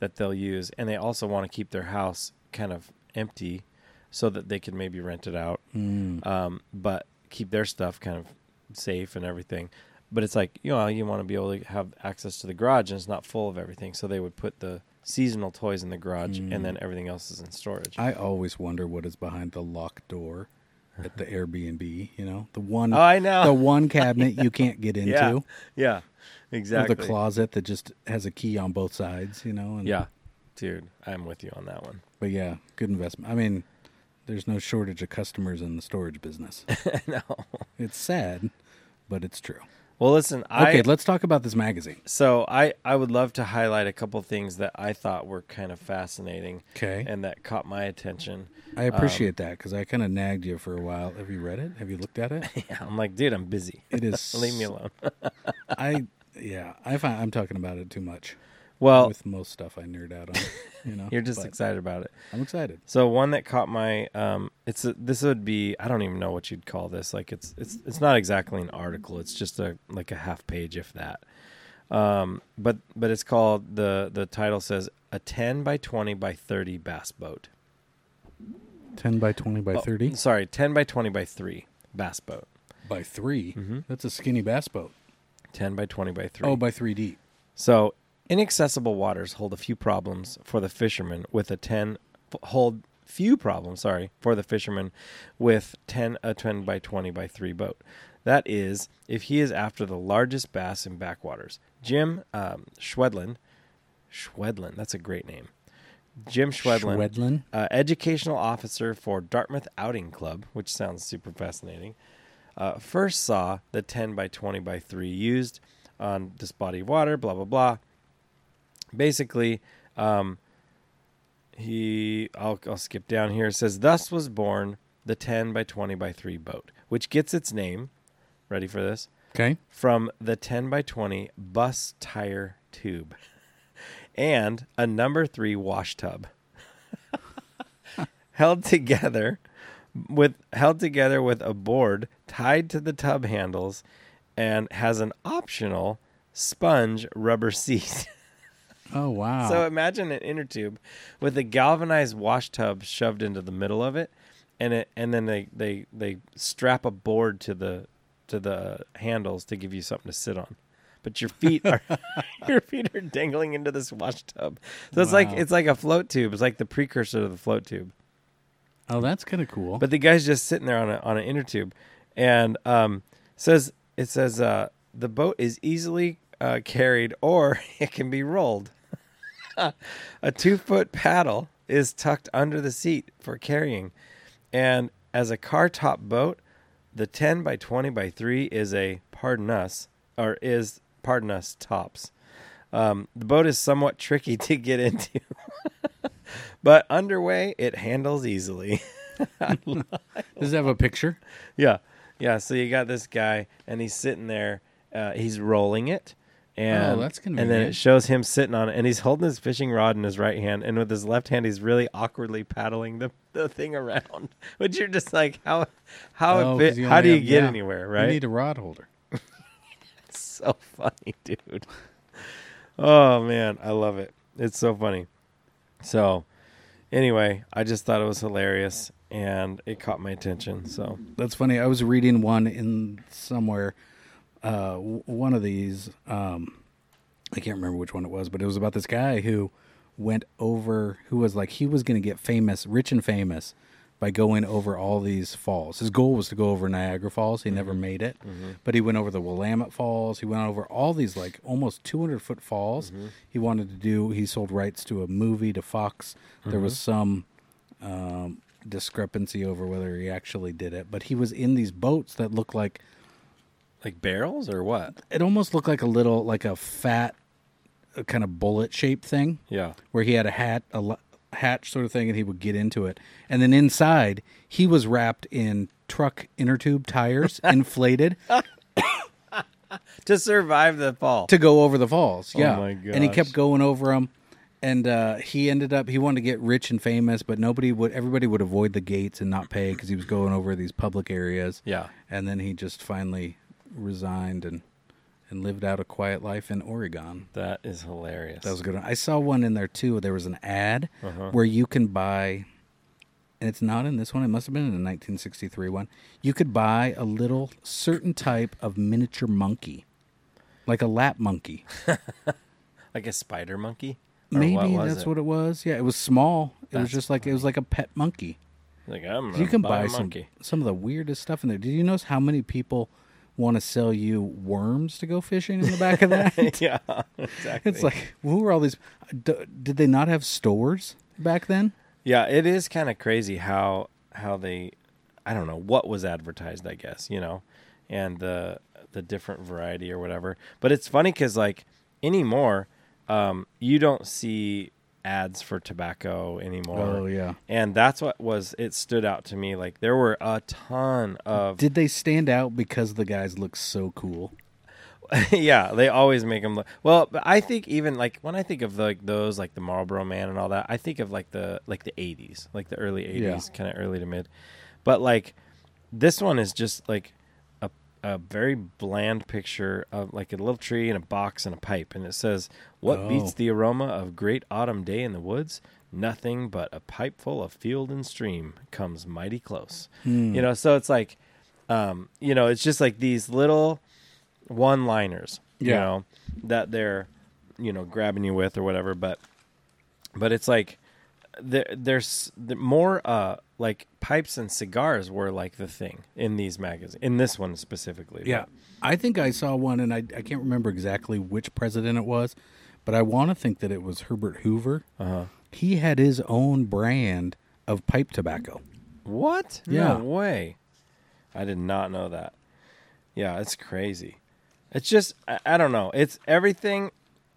that they'll use, and they also want to keep their house kind of empty so that they can maybe rent it out, Mm. um, but keep their stuff kind of safe and everything. But it's like you know you want to be able to have access to the garage, and it's not full of everything. So they would put the seasonal toys in the garage, and then everything else is in storage. Mm. I always wonder what is behind the locked door at the Airbnb. You know, the one, oh, I know. the one cabinet you can't get into, yeah, yeah, or exactly. the closet that just has a key on both sides. You know, and Yeah, dude, I'm with you on that one. But yeah, good investment. I mean, there's no shortage of customers in the storage business. no. it's sad, but it's true. Well, listen, I Okay, let's talk about this magazine. so I I would love to highlight a couple things that I thought were kind of fascinating Okay. and that caught my attention. I appreciate that because I kind of nagged you for a while. Have you read it? Have you looked at it? Yeah, I'm like, dude, I'm busy. It is. Leave me alone. I yeah. I find I'm talking about it too much. Well, With most stuff, I nerd out on. You know, you're just but excited about it. I'm excited. So one that caught my um it's a, this would be I don't even know what you'd call this. Like it's it's it's not exactly an article. It's just a like a half page if that. Um but but it's called the the title says a 10 by 20 by 30 bass boat. Ten by twenty by Oh, thirty Sorry, 10 by 20 by 3 bass boat. by 3 Mm-hmm. That's a skinny bass boat. 10 by 20 by 3. Oh, by three D. so, inaccessible waters hold a few problems for the fishermen with a 10 f- hold few problems, sorry, for the fishermen with 10 a 10 by 20 by 3 boat. That is if he is after the largest bass in backwaters. Jim um, Schwedlin Schwedlin, that's a great name. Jim Schwedlin, Schwedlin. uh, educational officer for Dartmouth Outing Club, which sounds super fascinating, uh, first saw the 10 by 20 by 3 used on this body of water, blah, blah, blah. Basically, um, he, I'll, I'll skip down here, It says, Thus was born the 10 by 20 by 3 boat, which gets its name, ready for this, Okay. from the 10 by 20 bus tire tube and a number three wash tub held together with held together with a board tied to the tub handles and has an optional sponge rubber seat Oh wow. so imagine an inner tube with a galvanized wash tub shoved into the middle of it, and it and then they they they strap a board to the to the handles to give you something to sit on. But your feet are your feet are dangling into this wash tub. So it's like Wow. it's like a float tube. It's like the precursor to the float tube. oh, that's kind of cool. But the guy's just sitting there on a, on an inner tube, and um, says it says uh, the boat is easily uh, carried or it can be rolled. a two foot paddle is tucked under the seat for carrying, and as a car top boat, the ten by twenty by three is a pardon us or is pardon us tops. Um, the boat is somewhat tricky to get into, but underway it handles easily. Does it have a picture? Yeah, yeah. So you got this guy, and he's sitting there. Uh, he's rolling it, and Oh, that's and then it convenient. shows him sitting on it, and he's holding his fishing rod in his right hand, and with his left hand, he's really awkwardly paddling the, the thing around. Which you're just like, how how Oh, 'cause fit, you how only do you have- get yeah. anywhere? You Right? need a rod holder. so funny, dude. Oh man, I love it. It's so funny. So, anyway, I just thought it was hilarious, and it caught my attention. So, That's funny. I was reading one in somewhere, uh, w- one of these. Um, I can't remember which one it was, but it was about this guy who went over, who was like, he was going to get famous, rich and famous, by going over all these falls. His goal was to go over Niagara Falls. He never made it, but he went over the Willamette Falls. He went over all these like almost 200 foot falls. He wanted to do, he sold rights to a movie to Fox. There was some discrepancy over whether he actually did it, but he was in these boats that looked like like barrels or what? it almost looked like a little like a fat uh, kind of bullet shaped thing Yeah. where he had a hat a l- hatch sort of thing and he would get into it. And then inside, he was wrapped in truck inner tube tires inflated To survive the fall. to go over the falls. Yeah. Oh my And he gosh. kept going over them. And uh, he ended up, he wanted to get rich and famous, but nobody would, everybody would avoid the gates and not pay because he was going over these public areas. Yeah. And then he just finally resigned and and lived out a quiet life in Oregon. That is hilarious. That was a good one. I saw one in there too. There was an ad Uh-huh. where you can buy, and it's not in this one. It must have been in the 1963 one. You could buy a little certain type of miniature monkey, like a lap monkey. like a spider monkey. Or Maybe what was that's it? what it was. Yeah, it was small. It was That's just like it was like a pet monkey. Like I'm. You gonna can buy, buy, a some monkey. some of the weirdest stuff in there. Did you notice how many people want to sell you worms to go fishing in the back of that? yeah, exactly. It's like, who were all these? D- did they not have stores back then? Yeah, it is kind of crazy how how they I don't know what was advertised, I guess, you know, and the the different variety or whatever. But it's funny cuz like anymore um you don't see ads for tobacco anymore. Oh, yeah. And that's what was it stood out to me like there were a ton of Did they stand out because the guys look so cool? yeah, they always make them look. Well, but I think even like when I think of like those like the Marlboro Man and all that, I think of like the like the 80s, like the early 80s, kind of early to mid. But like this one is just like a a very bland picture of like a little tree and a box and a pipe and it says, "What beats Oh. the aroma of great autumn day in the woods?" Nothing but a pipeful of field and stream comes mighty close. You know, so it's like, um, you know, it's just like these little one liners you Yeah. know that they're you know grabbing you with or whatever but but it's like there there's the more uh like pipes and cigars were like the thing in these magazines in this one specifically but- I think I saw one, and I, I can't remember exactly which president it was, but I want to think that it was Herbert Hoover. Uh-huh. He had his own brand of pipe tobacco. what Yeah. no way i did not know that yeah it's crazy it's just I, I don't know it's everything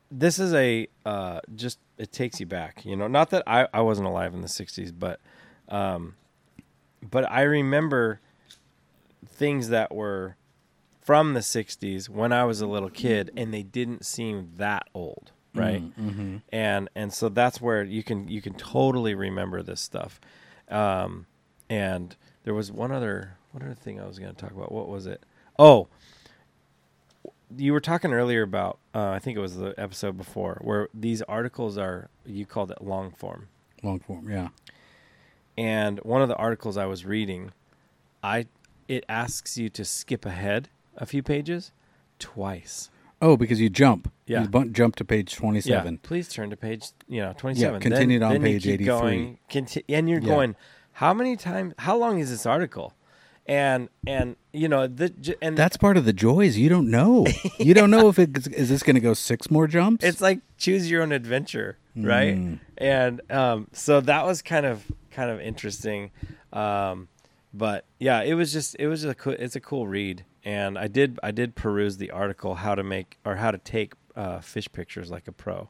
this is a uh just it takes you back you know not that i i wasn't alive in the 60s but um, but I remember things that were from the 60s when I was a little kid and they didn't seem that old, right? And and so that's where you can you can totally remember this stuff. Um and there was one other one other thing I was going to talk about. What was it? Oh, you were talking earlier about uh, I think it was the episode before where these articles are you called it long form Long form, yeah. and one of the articles I was reading, I it asks you to skip ahead a few pages twice. Oh, because you jump. Yeah. You bu- jump to page 27. Yeah, please turn to page you know twenty seven. continued on then, page you keep 83. Going, conti- and you're Yeah. going, how many times? How long is this article? And and you know the j- and That's part of the joy is you don't know. You don't know if it is this going to go six more jumps. it's like choose your own adventure right and um, so that was kind of kind of interesting um, but yeah it was just it was a coo- it's a cool read and i did i did peruse the article how to make or how to take uh, fish pictures like a pro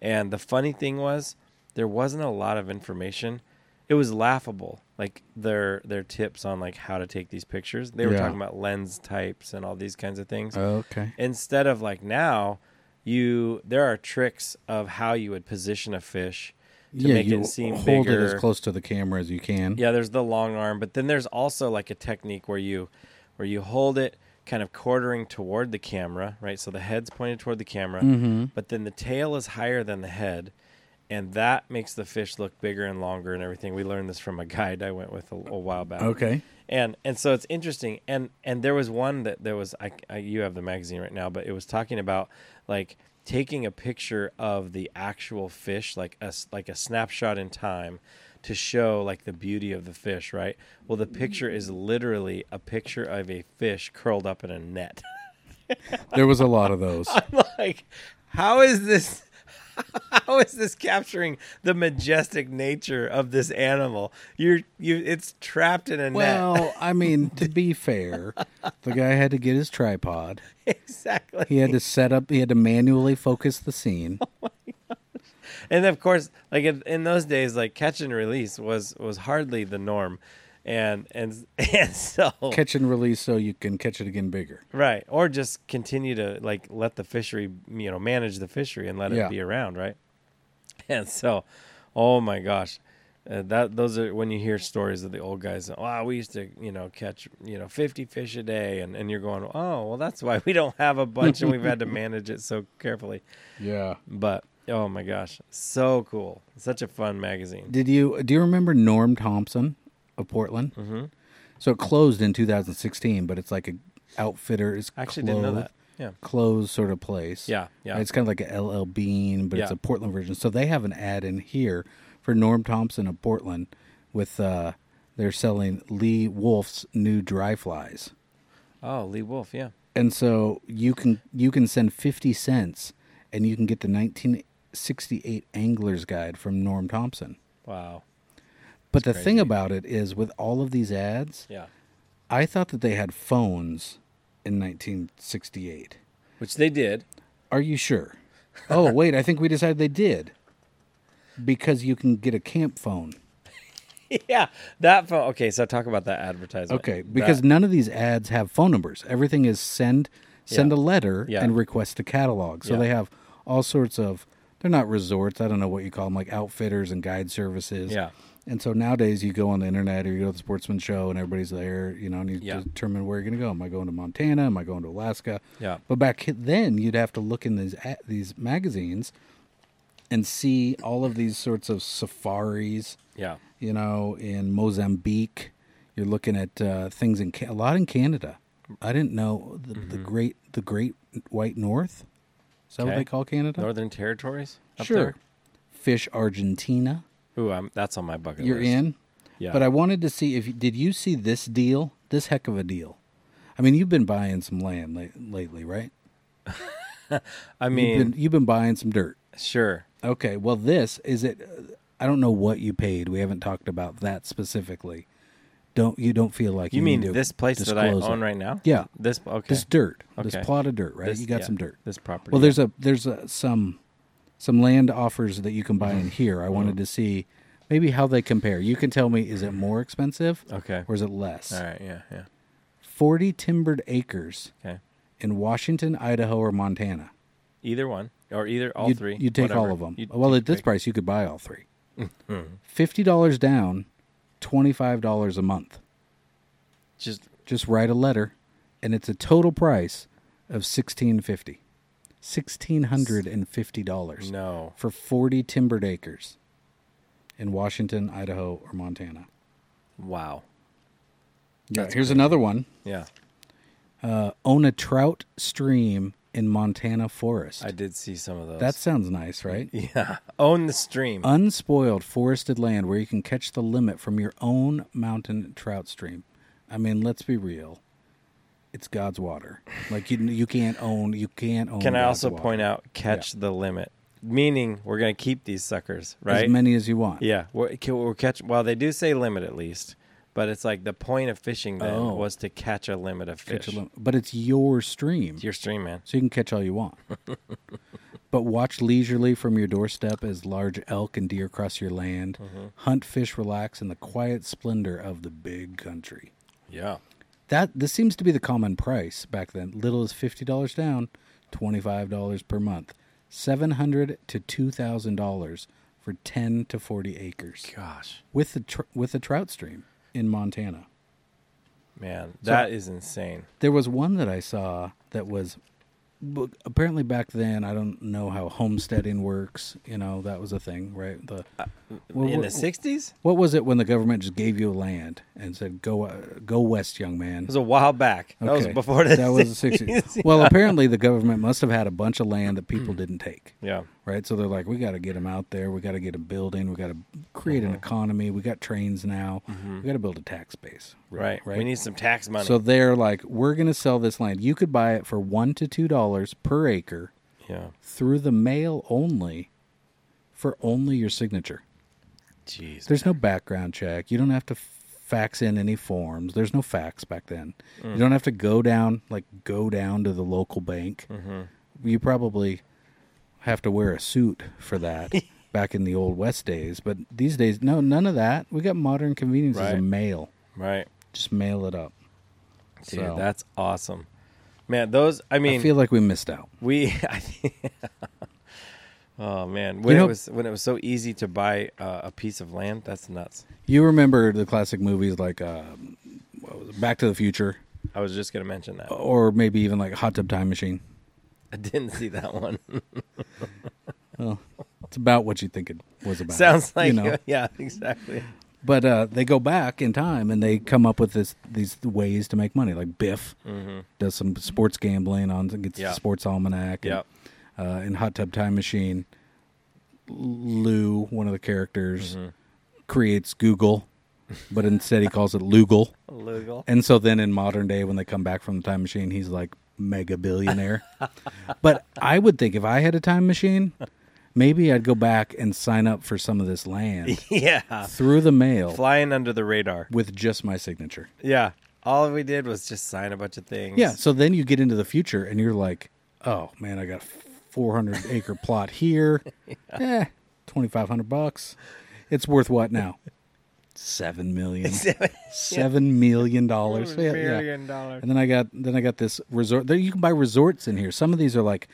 and the funny thing was there wasn't a lot of information it was laughable like their their tips on like how to take these pictures they were Yeah. Oh, talking about lens types and all these kinds of things okay. instead of like now you there are tricks of how you would position a fish to make it seem hold bigger it as close to the camera as you can. yeah there's the long arm but then there's also like a technique where you where you hold it kind of quartering toward the camera right so the head's pointed toward the camera Mm-hmm. but then the tail is higher than the head and that makes the fish look bigger and longer and everything we learned this from a guide i went with a, a while back Okay. and and so it's interesting and and there was one that there was I, I you have the magazine right now but it was talking about like taking a picture of the actual fish like a s- like a snapshot in time to show like the beauty of the fish right well the picture is literally a picture of a fish curled up in a net There was a lot of those. like how is this how is this capturing the majestic nature of this animal you're you it's trapped in a net Well, I mean, to be fair, the guy had to get his tripod. exactly He had to set up, he had to manually focus the scene. and of course like in, in those days like catch and release was was hardly the norm and and and so Catch and release so you can catch it again bigger. right or just continue to like let the fishery you know manage the fishery and let Yeah. it be around right and so oh my gosh Uh, that those are when you hear stories of the old guys. Wow, we used to you know catch you know fifty fish a day, and and you're going, oh well, that's why we don't have a bunch, and we've had to manage it so carefully. Yeah. But oh my gosh, so cool! Such a fun magazine. Did you do you remember Norm Thompson of Portland? Mm-hmm. So it closed in 2016, but it's like a outfitter. It's I actually didn't know that. clothe- Yeah. Clothes sort of place. Yeah, yeah. It's kind of like a LL Bean, but it's Yeah. a Portland version. So they have an ad in here for Norm Thompson of Portland with uh they're selling Lee Wolf's new dry flies. Oh, Lee Wolf, yeah. And so you can you can send 50 cents and you can get the 1968 Angler's Guide from Norm Thompson. Wow. But the thing crazy. about it is with all of these ads, Yeah. I thought that they had phones in 1968. Which they did. Are you sure? Oh, wait, I think we decided they did. Because you can get a camp phone. yeah. That phone. Okay, so talk about that advertisement. Okay, That- because none of these ads have phone numbers. Everything is send send Yeah. a letter Yeah. and request a catalog. So Yeah. they have all sorts of they're not resorts, I don't know what you call them, like outfitters and guide services. Yeah. And so nowadays you go on the internet or you go to the sportsman show and everybody's there, you know, and you Yeah. determine where you're going to go. Am I going to Montana? Am I going to Alaska? Yeah. But back hi- then you'd have to look in these a- these magazines and see all of these sorts of safaris yeah. you know, in Mozambique. You're looking at uh, things in Ca- a lot in Canada. I didn't know the, the great the Great White North. Is that what Mm-hmm. Okay. they call Canada? Northern Territories? up sure. Fish Argentina. there? Ooh, I'm, that's on my bucket You're list. in. Yeah. But I wanted to see if you- did you see this deal? This heck of a deal. I mean, you've been buying some land la- lately, right? I You've mean, been, you've been buying some dirt. sure. Okay. Well, this is it. I don't know what you paid. We haven't talked about that specifically. Don't you don't feel like you, You mean need to this place that I disclose it. own right now? Yeah. This okay. This dirt, Okay. this plot of dirt, right? This- you got yeah, some dirt. This property. Well, there's a there's a, some some land offers that you can buy Mm-hmm. in here. I wanted to see maybe how they compare. You can tell me is it more expensive Okay. or is it less? All right. Yeah. Yeah. 40 timbered acres Okay. in Washington, Idaho or Montana. Either one or either all you'd, three. You'd take all whatever. of them. You'd well, take Mm-hmm. at this big- price you could buy all 3 $50 down, $25 a month. just Just write a letter and it's a total price of 1650. $1650. no. for 40 timbered acres in Washington, Idaho, or Montana. Wow. Yeah, here's another one. Yeah. Uh, own a trout stream in Montana forest. I did see some of those. that sounds nice, right? yeah. Own the stream. Unspoiled forested land where you can catch the limit from your own mountain trout stream. I mean, let's be real. It's God's water. Like you, you can't own. You can't own. Can I God's also water. point out catch the limit? Meaning we're going to keep these suckers, right? as many as you want? yeah, we're, ca- we're catch. Well, they do say limit at least, but it's like the point of fishing then Oh. was to catch a limit of fish. Catch a lim- but it's your stream. It's your stream, man. so you can catch all you want. but watch leisurely from your doorstep as large elk and deer cross your land. Mm-hmm. Hunt fish, relax in the quiet splendor of the big country. Yeah. That this seems to be the common price back then. Little as fifty dollars down, twenty five dollars per month, seven hundred to two thousand dollars for ten to forty acres Gosh, with the tr- with a trout stream in Montana. man, that is insane. There was one that I saw that was b- apparently back then. I don't know how homesteading works. You know that was a thing, right? The Well, In what- the '60s, it what was it when the government just gave you land and said, "Go, uh, go west, young man." was a while back. That was Okay. before the That was the sixties. Well, apparently the government must have had a bunch of land that Hmm. people didn't take. Yeah. Right, so they're like, we got to get them out there. We got to get a building. We got to create Uh-huh. an economy. We got trains now. Mm-hmm. We got to build a tax base. Right. Right. We need some tax money. So they're like, we're going to sell this land. You could buy it for one to two dollars per acre yeah. through the mail only, for only your signature. Jeez. There's no background check. You don't have to f- fax in any forms. There's no fax back then. Mm. You don't have to go down like go down to the local bank. Mm-hmm. You probably have to wear a suit for that back in the old west days. But these days, no, none of that. We got modern conveniences Right. of mail. right. Just mail it up. Dude, So- that's awesome. Man, those. I mean, I feel like we missed out. we. I think, Oh man, when You know- it was when it was so easy to buy uh, a piece of land, that's nuts. You remember the classic movies like um, what was it, Back to the Future, I was just gonna mention that. or maybe even like Hot Tub Time Machine. I didn't see that one. Well, it's about what you think it was about. Sounds like you know. yeah, exactly. But uh, they go back in time and they come up with this these ways to make money. Like Biff does some sports gambling on gets Mm-hmm. Yeah. the sports almanac. and, Yeah. uh, in Hot Tub Time Machine, Lou, one of the characters, Mm-hmm. creates Google, but instead he calls it Lugal. Legal. And so then in modern day, when they come back from the time machine, he's like mega billionaire. but I would think if I had a time machine, maybe I'd go back and sign up for some of this land yeah. through the mail Flying under the radar. with just my signature. Yeah. All we did was just sign a bunch of things. Yeah. So then you get into the future and you're like, oh man, I got a 400 acre plot here. Eh, 2,500 bucks. It's worth what now? Seven million. Seven million dollars. Yeah, yeah. Million dollars. And then I got then I got this resort. There you can buy resorts in here. Some of these are like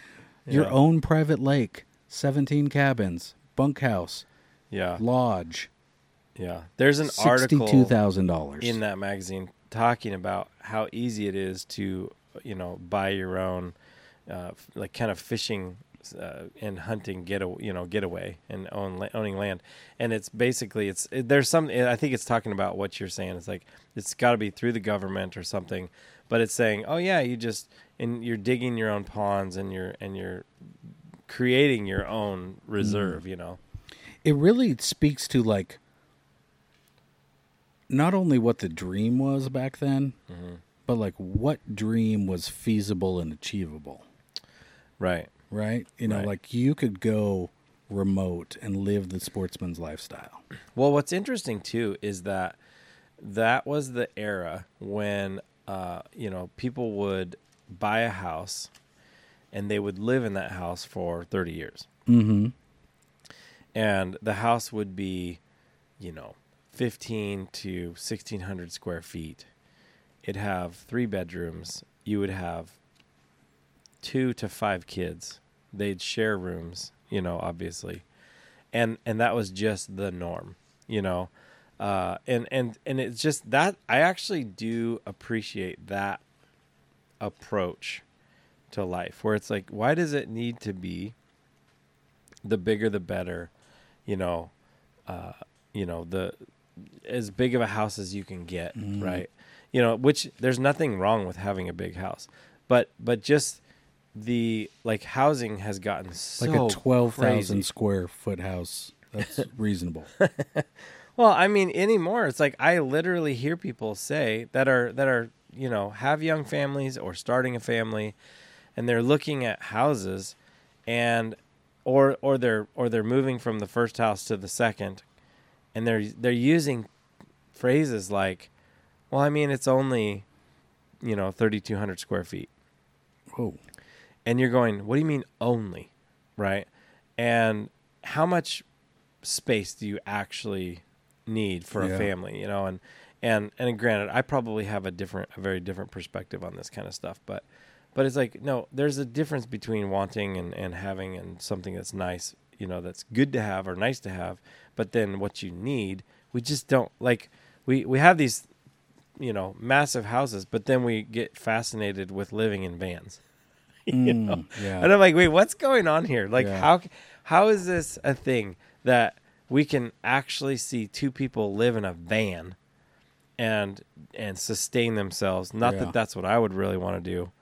your Yeah. own private lake, seventeen cabins, bunkhouse, Yeah. lodge, Yeah. There's an sixty-two article thousand dollars. in that magazine talking about how easy it is to, you know, buy your own, uh, f- like kind of fishing uh, and hunting getaway, you know, getaway and own la- owning land. And it's basically it's it, there's some. I think it's talking about what you're saying. It's like it's got to be through the government or something. But it's saying, oh yeah, you just and you're digging your own ponds and you're and you're creating your own reserve. You know. It really speaks to like not only what the dream was back then, Mm-hmm. but like what dream was feasible and achievable. Right. Right? You know, Right. like you could go remote and live the sportsman's lifestyle. Well, what's interesting too is that that was the era when uh, you know people would buy a house and they would live in that house for 30 years. Mm-hmm. And the house would be, you know, 15 to 1600 square feet. It'd have three bedrooms. You would have two to five kids. They'd share rooms, you know, obviously and and that was just the norm you know uh and and and it's just that i actually do appreciate that approach to life where it's like why does it need to be the bigger the better you know uh you know the as big of a house as you can get Mm-hmm. right you know which there's nothing wrong with having a big house but but just the like housing has gotten so like a twelve crazy. thousand square foot house. That's reasonable. Well, I mean, anymore, it's like I literally hear people say that are that are you know have young families or starting a family, and they're looking at houses, and or or they're or they're moving from the first house to the second, and they're they're using phrases like, "Well, I mean, it's only you know thirty two hundred square feet." Oh, and you're going, what do you mean only? Right? And how much space do you actually need for Yeah. a family, you know? And and and granted, I probably have a different a very different perspective on this kind of stuff, but but it's like, no, there's a difference between wanting and, and having and something that's nice, you know, that's good to have or nice to have, but then what you need, we just don't like we, we have these you know, massive houses, but then we get fascinated with living in vans. you know? yeah. And I'm like, wait, what's going on here? Like, Yeah. how how is this a thing that we can actually see two people live in a van and and sustain themselves? Not Yeah. that that's what I would really want to do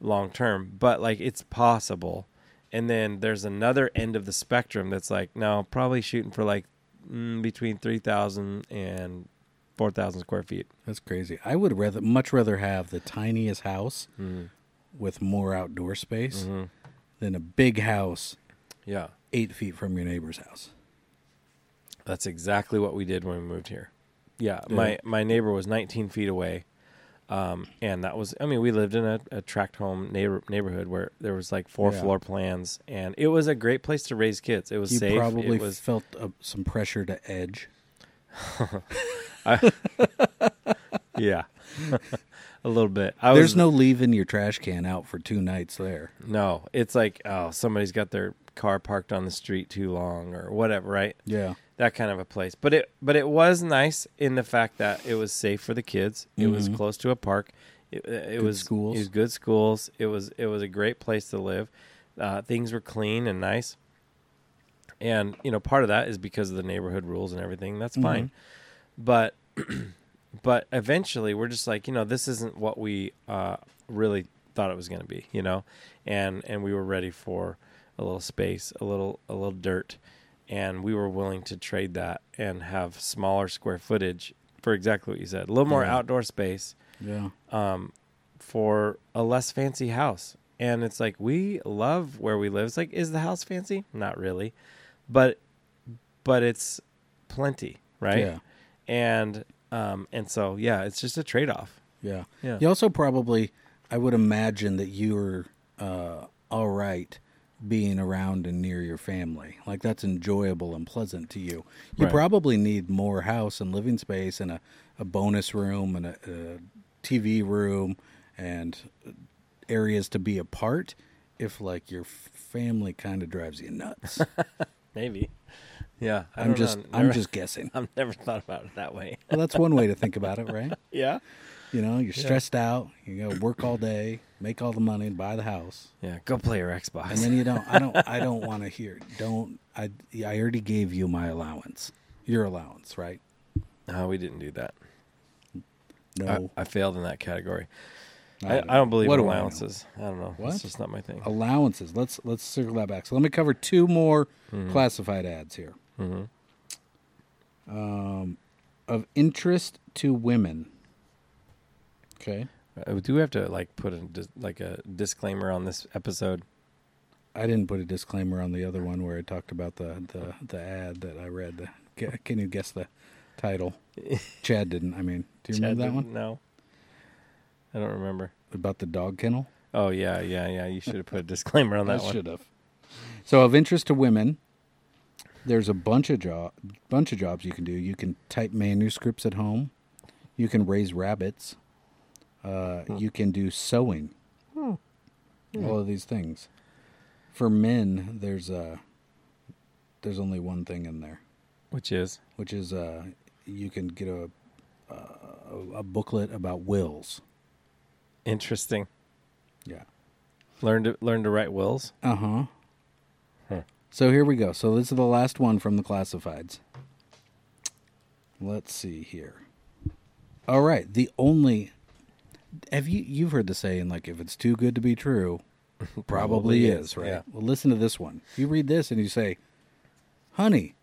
long term, but like it's possible. And then there's another end of the spectrum that's like, no, probably shooting for like mm, between three thousand and four thousand square feet. That's crazy. I would rather much rather have the tiniest house Mm-hmm. with more outdoor space than a big house Yeah, eight feet from your neighbor's house. That's exactly what we did when we moved here. Yeah, my my neighbor was 19 feet away, um, and that was I mean we lived in a, a tract home neighbor, neighborhood where there was like four Yeah. floor plans, and it was a great place to raise kids. It was You safe. probably it was felt uh, some pressure to edge. yeah. a little bit. I There's was, no leaving your trash can out for two nights there. no. It's like oh, somebody's got their car parked on the street too long or whatever, right? Yeah. That kind of a place. But it but it was nice in the fact that it was safe for the kids. It was Mhm. close to a park. It, it Good was schools. It was good schools. It was it was a great place to live. Uh, things were clean and nice. And you know, part of that is because of the neighborhood rules and everything. That's Mhm. fine. But but eventually we're just like you know this isn't what we uh, really thought it was going to be you know and and we were ready for a little space a little a little dirt and we were willing to trade that and have smaller square footage for exactly what you said a little more Yeah. outdoor space Yeah. um, for a less fancy house and it's like we love where we live it's like is the house fancy not really but but it's plenty right Yeah. and um and so yeah it's just a trade-off Yeah. yeah You also probably, I would imagine that you were uh, all right being around and near your family. Like that's enjoyable and pleasant to you. You Right. probably need more house and living space and a, a bonus room and a, a TV room and areas to be apart if like your f- family kind of drives you nuts. maybe yeah I I'm don't just know. I'm Never- just guessing. i've never thought about it that way Well, that's one way to think about it, right? yeah You know, you're stressed out, you got to work all day, make all the money, buy the house. yeah go play your xbox And then you don't. I don't. I don't want to hear. Don't. I. I already gave you my allowance. Your allowance, right? no we didn't do that No. I, I failed in that category Oh. I i, don't I don't believe What in do I know? allowances I, don't know What? Oh. it's just not my thing allowances. Let's let's circle that back. So let me cover two more Mm-hmm. classified ads here. Um, of interest to women. Okay. Uh, do we have to like put a dis- like a disclaimer on this episode I didn't put a disclaimer on the other one where I talked about the the, the ad that I read. The, ca- can you guess the title? Chad didn't. I mean, do you Chad remember that didn't- one no i don't remember about the dog kennel? oh yeah yeah yeah you should have put a disclaimer on that I one should have. So, of interest to women, there's a bunch of job, bunch of jobs you can do. You can type manuscripts at home. You can raise rabbits. Uh, Hmm. You can do sewing. All of these things. For men, there's a there's only one thing in there, which is which is uh, you can get a uh, a booklet about wills. interesting Yeah. learn to learn to write wills Uh huh. Huh. So here we go. So this is the last one from the classifieds. Let's see here. All right, the only have you you've heard the saying like if it's too good to be true, probably, is, is, right? yeah. Well, listen to this one. You read this and you say, "Honey,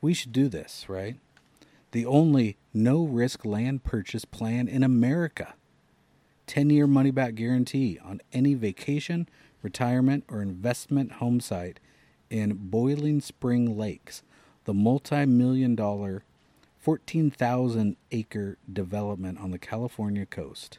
we should do this," right? The only no-risk land purchase plan in America. 10 year money back guarantee on any vacation, retirement, or investment home site in Boiling Spring Lakes, the multi million dollar, 14,000 acre development on the California coast.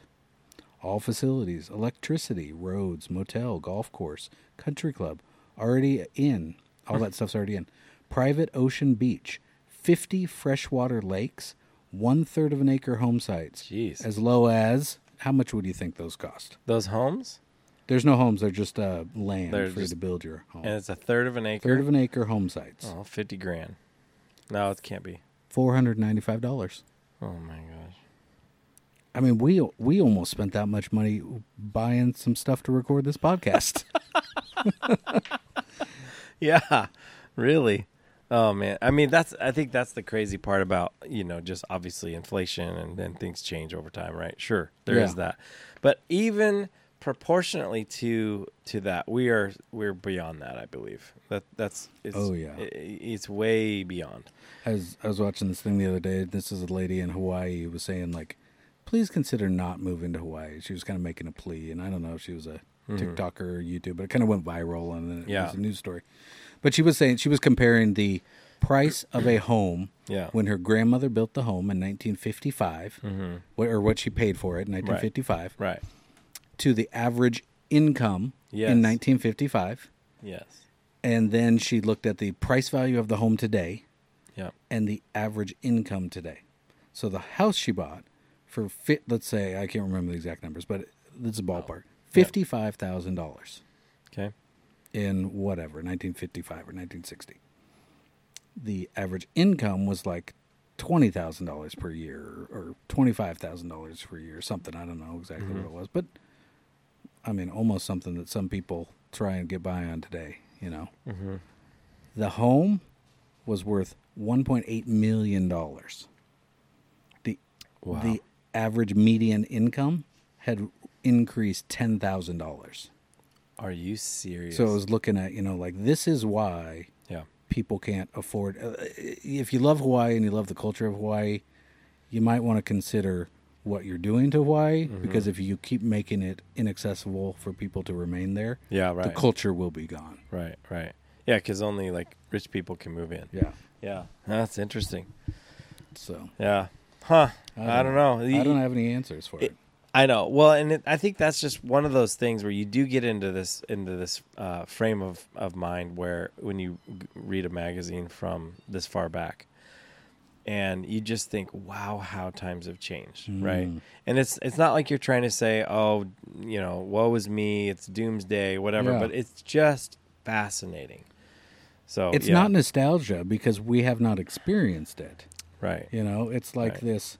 All facilities, electricity, roads, motel, golf course, country club, already in. All that stuff's already in. Private ocean beach, 50 freshwater lakes, one third of an acre home sites. Jeez. As low as, how much would you think those cost? those homes There's no homes, they're just uh, land They're for you just- to build your home. and it's a third of an acre third of an acre home sites. Oh, 50 grand. No, it can't be. $495. Oh my gosh. I mean, we we almost spent that much money buying some stuff to record this podcast. Yeah, really. Oh man. I mean, that's I think that's the crazy part about, you know, just obviously inflation and then things change over time, right? Sure. there is Yeah. that. But even proportionately to to that, we are we're beyond that, I believe. That that's it's Oh, yeah. i- i- it's way beyond. I was I was watching this thing the other day. This is a lady in Hawaii who was saying like, please consider not moving to Hawaii. She was kind of making a plea, and I don't know if she was a TikToker or YouTube, but it kind of went viral, and then it Mm-hmm. Yeah. was a news story. But she was saying she was comparing the price of a home Yeah. when her grandmother built the home in 1955, wh- or what she paid for it in 1955, Mm-hmm. Right. to the average income Yes. in 1955, Yes. and then she looked at the price value of the home today Yeah. and the average income today. So the house she bought for fit. Let's say I can't remember the exact numbers, but it's a ballpark. Fifty-five thousand dollars Okay. in whatever 1955 or 1960. The average income was like twenty thousand dollars per year or twenty-five thousand dollars per year, something. I don't know exactly what it was, but I mean, almost something that some people try and get by on today. You know, the home was worth one point eight million dollars. The the average median income had increased ten thousand dollars. Are you serious? So I was looking at you know like this is why yeah. people can't afford. Uh, if you love Hawaii and you love the culture of Hawaii, you might want to consider what you're doing to Hawaii because if you keep making it inaccessible for people to remain there, Yeah, the right. culture will be gone. Right, right. Yeah, because only like rich people can move in. Yeah. Yeah, that's interesting. So Yeah, huh? I don't know. I don't have any answers for it. I know. Well, and it, I think that's just one of those things where you do get into this into this uh, frame of of mind where when you g- read a magazine from this far back, and you just think, "Wow, how times have changed!" Hmm. Right? And it's it's not like you're trying to say, "Oh, you know, woe is me, it's doomsday, whatever." Yeah. But it's just fascinating. So It's yeah, not nostalgia because we have not experienced it. right. You know, it's like Right. this.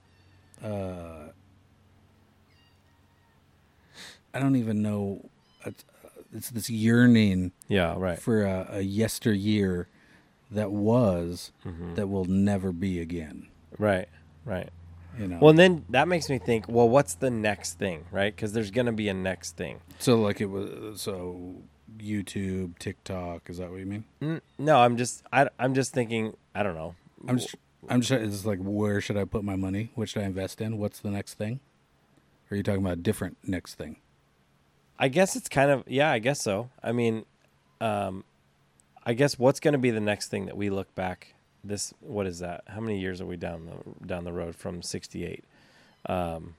Uh, I don't even know. It's, uh, it's this yearning Yeah, right. for a, a yesteryear that was Mm-hmm. that will never be again. Right. Right. You know, Well, and then that makes me think, well, what's the next thing, right? Because there's going to be a next thing. so like it was so YouTube, TikTok. Is that what you mean? N- No, I'm just, I, I'm just thinking, I don't know. I'm just, I'm just. It's like where should I put my money? What should I invest in? What's the next thing? Or are you talking about a different next thing? I guess it's kind of, yeah, I guess so. I mean, um, I guess what's going to be the next thing that we look back? This, what is that? How many years are we down the down the road from '68? Um,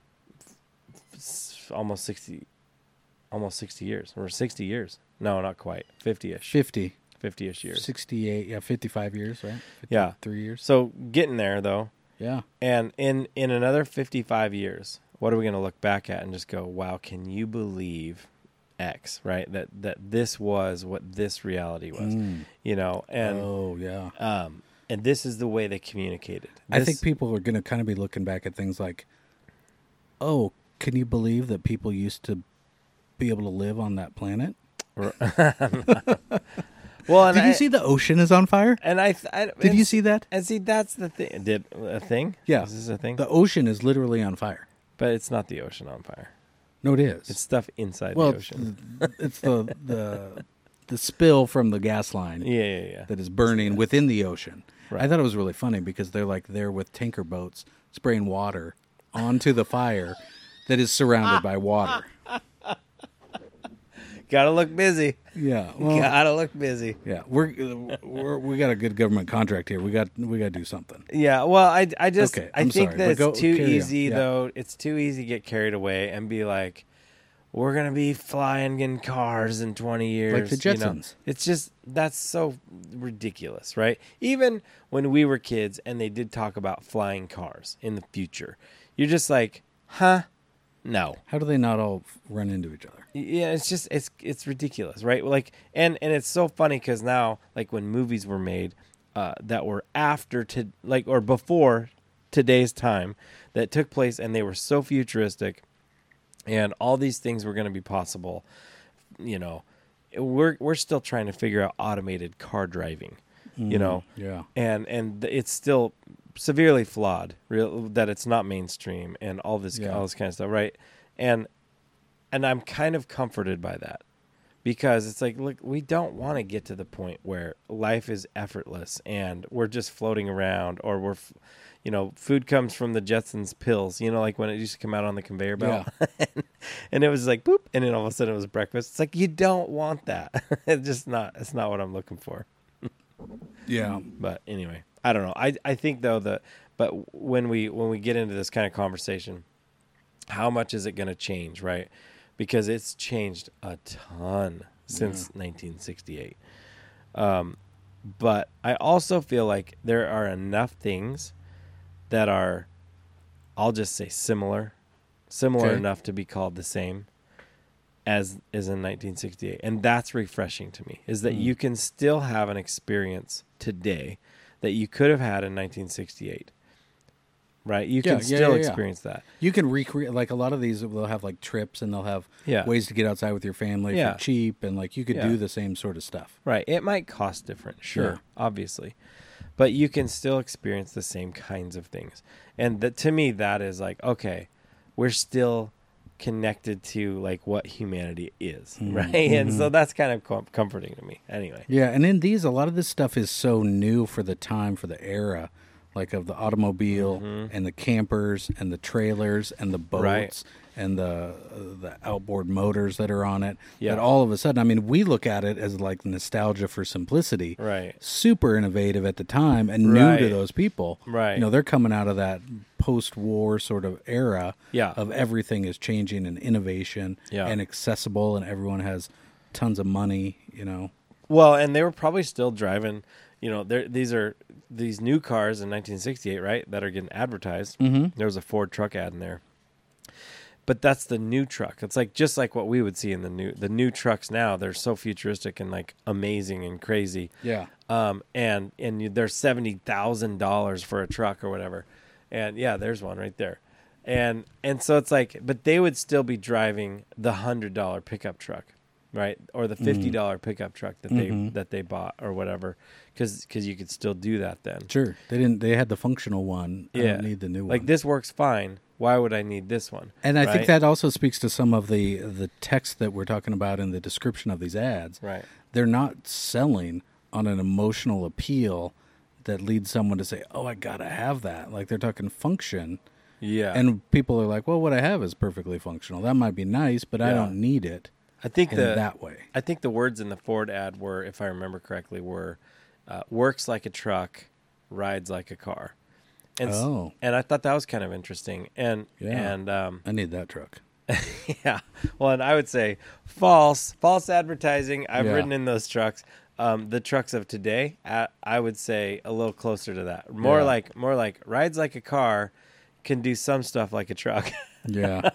s- almost sixty, almost sixty years, or sixty years? No, not quite. Fifty-ish, 50, fifty-ish years. 68, yeah, 55 years, right? Yeah. Three years. So getting there though. Yeah. And in in another 55 years, what are we going to look back at and just go, "Wow, can you believe X, right? That that this was what this reality was." You know, and Hmm. oh, yeah. um and this is the way they communicated. I This- think people are going to kind of be looking back at things like, oh, can you believe that people used to be able to live on that planet? Well, and Did I, you see the ocean is on fire? and I, th- I Did you it's- see that? And see, that's the thing. Did a thing? Yeah. Is this a thing? The ocean is literally on fire. but it's not the ocean on fire. No, it is. It's stuff inside well, the it's, ocean. it's the the the spill from the gas line Yeah, yeah, yeah. that is burning within the ocean. I Right. thought it was really funny because they're like there with tanker boats spraying water onto the fire that is Ah. surrounded by water. Gotta look busy. Yeah. well, Gotta look busy. Yeah, we're, we're we got a good government contract here. We got we got to do something. Yeah, well, I, I just Okay, I I'm think sorry, that but it's go- too carry on. easy Yeah. though. It's too easy to get carried away and be like, "We're gonna be flying in cars in 20 years." the you know? Jetsons. It's just that's so ridiculous, right? Even when we were kids and they did talk about flying cars in the future, you're just like, "Huh? No." How do they not all f- run into each other? yeah it's just it's it's ridiculous right like and and it's so funny because now like when movies were made uh that were after to like or before today's time that took place and they were so futuristic and all these things were going to be possible you know we're we're still trying to figure out automated car driving you know Yeah, and and th- it's still severely flawed real that it's not mainstream and all this Yeah. all this kind of stuff right and and I'm kind of comforted by that because it's like look we don't want to get to the point where life is effortless and we're just floating around or we're f- you know food comes from the Jetsons pills you know like when it used to come out on the conveyor belt and it was like boop and then all of a sudden it was breakfast it's like you don't want that it's just not it's not what I'm looking for yeah. but anyway i don't know i i think though that but when we when we get into this kind of conversation how much is it going to change right because it's changed a ton since 1968 um but i also feel like there are enough things that are I'll just say similar, similar Okay. enough to be called the same as is in 1968, and that's refreshing to me. Is that Hmm. you can still have an experience today that you could have had in 1968, right? You can Yeah, yeah, still yeah, yeah. experience that. You can recreate like a lot of these. They'll have like trips and they'll have Yeah. ways to get outside with your family Yeah. for cheap, and like you could Yeah. do the same sort of stuff. Right. It might cost different, sure, Yeah. obviously. But you can still experience the same kinds of things. And that to me that is like, okay, we're still connected to like what humanity is, right? And so that's kind of com- comforting to me. Anyway. Hmm. Mm-hmm. Yeah, and in these, a lot of this stuff is so new for the time, for the era, like of the automobile and the campers and the trailers and the boats Mm-hmm. Right. and the uh, the outboard motors that are on it. Yeah. That all of a sudden, I mean, we look at it as like nostalgia for simplicity. Right. Super innovative at the time and new to Right. those people. Right. You know, they're coming out of that post-war sort of era Yeah. of everything is changing and innovation Yeah. and accessible and everyone has tons of money, you know. Well, and they were probably still driving, you know, there these are these new cars in 1968, right? That are getting advertised. Mm-hmm. There was a Ford truck ad in there. But that's the new truck. It's like just like what we would see in the new the new trucks now. They're so futuristic and like amazing and crazy. Yeah. Um and and you, they're $70,000 for a truck or whatever. And yeah, there's one right there. And and so it's like but they would still be driving the $100 pickup truck, right? Or the Mm. $50 dollars pickup truck that they Mm-hmm. that they bought or whatever cuz cuz you could still do that then. Sure. They didn't. They had the functional one. I Yeah. don't need the new Like one. this works fine. Why would I need this one? and I right? think that also speaks to some of the the text that we're talking about in the description of these ads. Right. They're not selling on an emotional appeal that leads someone to say, "Oh, I gotta have that." Like they're talking function, Yeah. and people are like, "Well, what I have is perfectly functional. That might be nice, but I Yeah. don't need it I think in the that way." I think the words in the Ford ad were, if I remember correctly, were uh, "works like a truck, rides like a car," and s- Oh. and I thought that was kind of interesting, and Yeah. and um, I need that truck. yeah, well, and I would say false, false advertising. I've Yeah. ridden in those trucks. Um, the trucks of today, I, I would say a little closer to that. More Yeah. like more like rides like a car, can do some stuff like a truck. Yeah.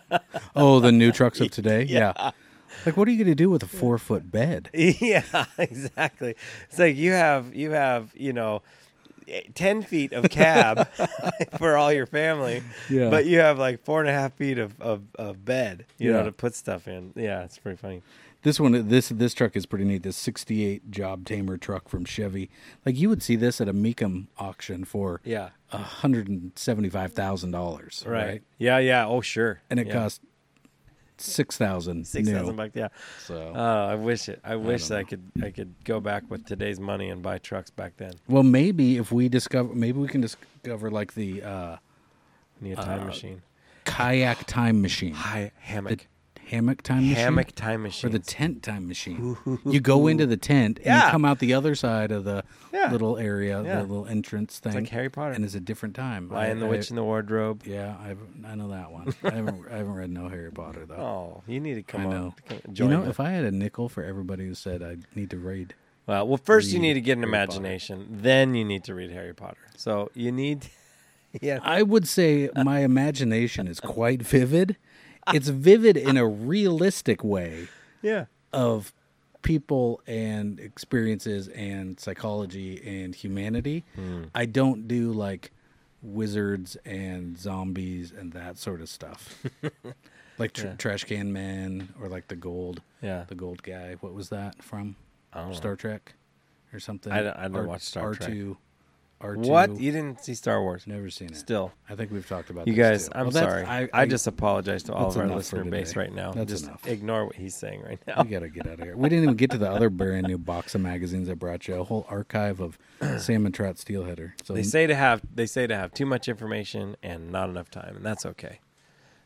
oh, the new trucks of today. Yeah. Like, what are you gonna do with a four foot bed? Yeah, exactly. It's like you have you have you know eh, ten feet of cab for all your family, Yeah. but you have like four and a half feet of of, of bed, you know, Yeah. to put stuff in. Yeah, it's pretty funny. This one, this this truck is pretty neat. This '68 Job Tamer truck from Chevy. Like you would see this at a Meekum auction for Yeah, hundred and seventy-five thousand dollars, right. right. Yeah, yeah. Oh, sure. And it yeah. cost six thousand. six thousand bucks. Yeah. So, Oh, I wish it. I wish don't I could. I could go back with today's money and buy trucks back then. well, maybe if we discover, maybe we can discover like the uh, Need a time machine. kayak time machine, Hi, hammock. hammock time machine, hammock time or machine. the tent time machine. you go into the tent and Yeah. you come out the other side of the Yeah. little area, Yeah. the little entrance thing. like Harry Potter. and it's a different time. Lion, I- the I- witch, in the wardrobe. Yeah, I I know that one. I haven't I haven't read no Harry Potter though. Oh, you need to come I know. on. Come, You join know, us. if I had a nickel for everybody who said I need to read, Well, well, first you read need to get an Harry Potter. imagination, then you need to read Harry Potter. So you need, yeah, I would say my imagination is quite vivid. It's vivid in a realistic way yeah, of people and experiences and psychology and humanity. Hmm. I don't do like wizards and zombies and that sort of stuff. like tr- Trash Can Man or like the gold. yeah. the gold guy. What was that from? I don't know. Star Trek or something. I don't- I don't watch Star R2, R2. What you didn't see Star Wars? Never seen it. Still, I think we've talked about you guys, this, too. I'm Well, that's- sorry. I, just apologize to all that's of our enough for listener base today. right now. That's just enough. ignore what he's saying right now. we gotta get out of here. We didn't even get to the other brand new box of magazines I brought you. A whole archive of Salmon Trout Steelheader. So They say to have they say to have too much information and not enough time, and that's okay.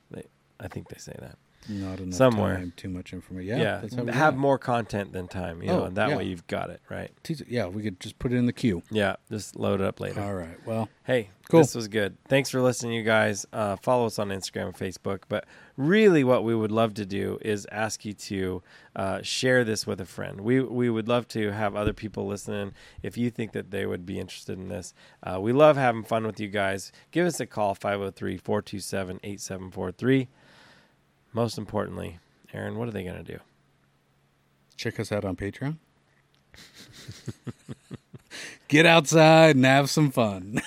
They, I think they say that. Not enough Somewhere. time, too much information. Yeah, Yeah, that's how we have have more. more content than time, you know, Oh, and that yeah. way you've got it right. Yeah, we could just put it in the queue. Yeah, just load it up later. All right. Well, Hey, Cool. this was good. Thanks for listening, you guys. Uh, follow us on Instagram and Facebook. But really, what we would love to do is ask you to uh, share this with a friend. We we would love to have other people listening. If you think that they would be interested in this, uh, we love having fun with you guys. Give us a call 503 427 8743. Most importantly, Aaron, what are they going to do? check us out on Patreon. Get outside and have some fun.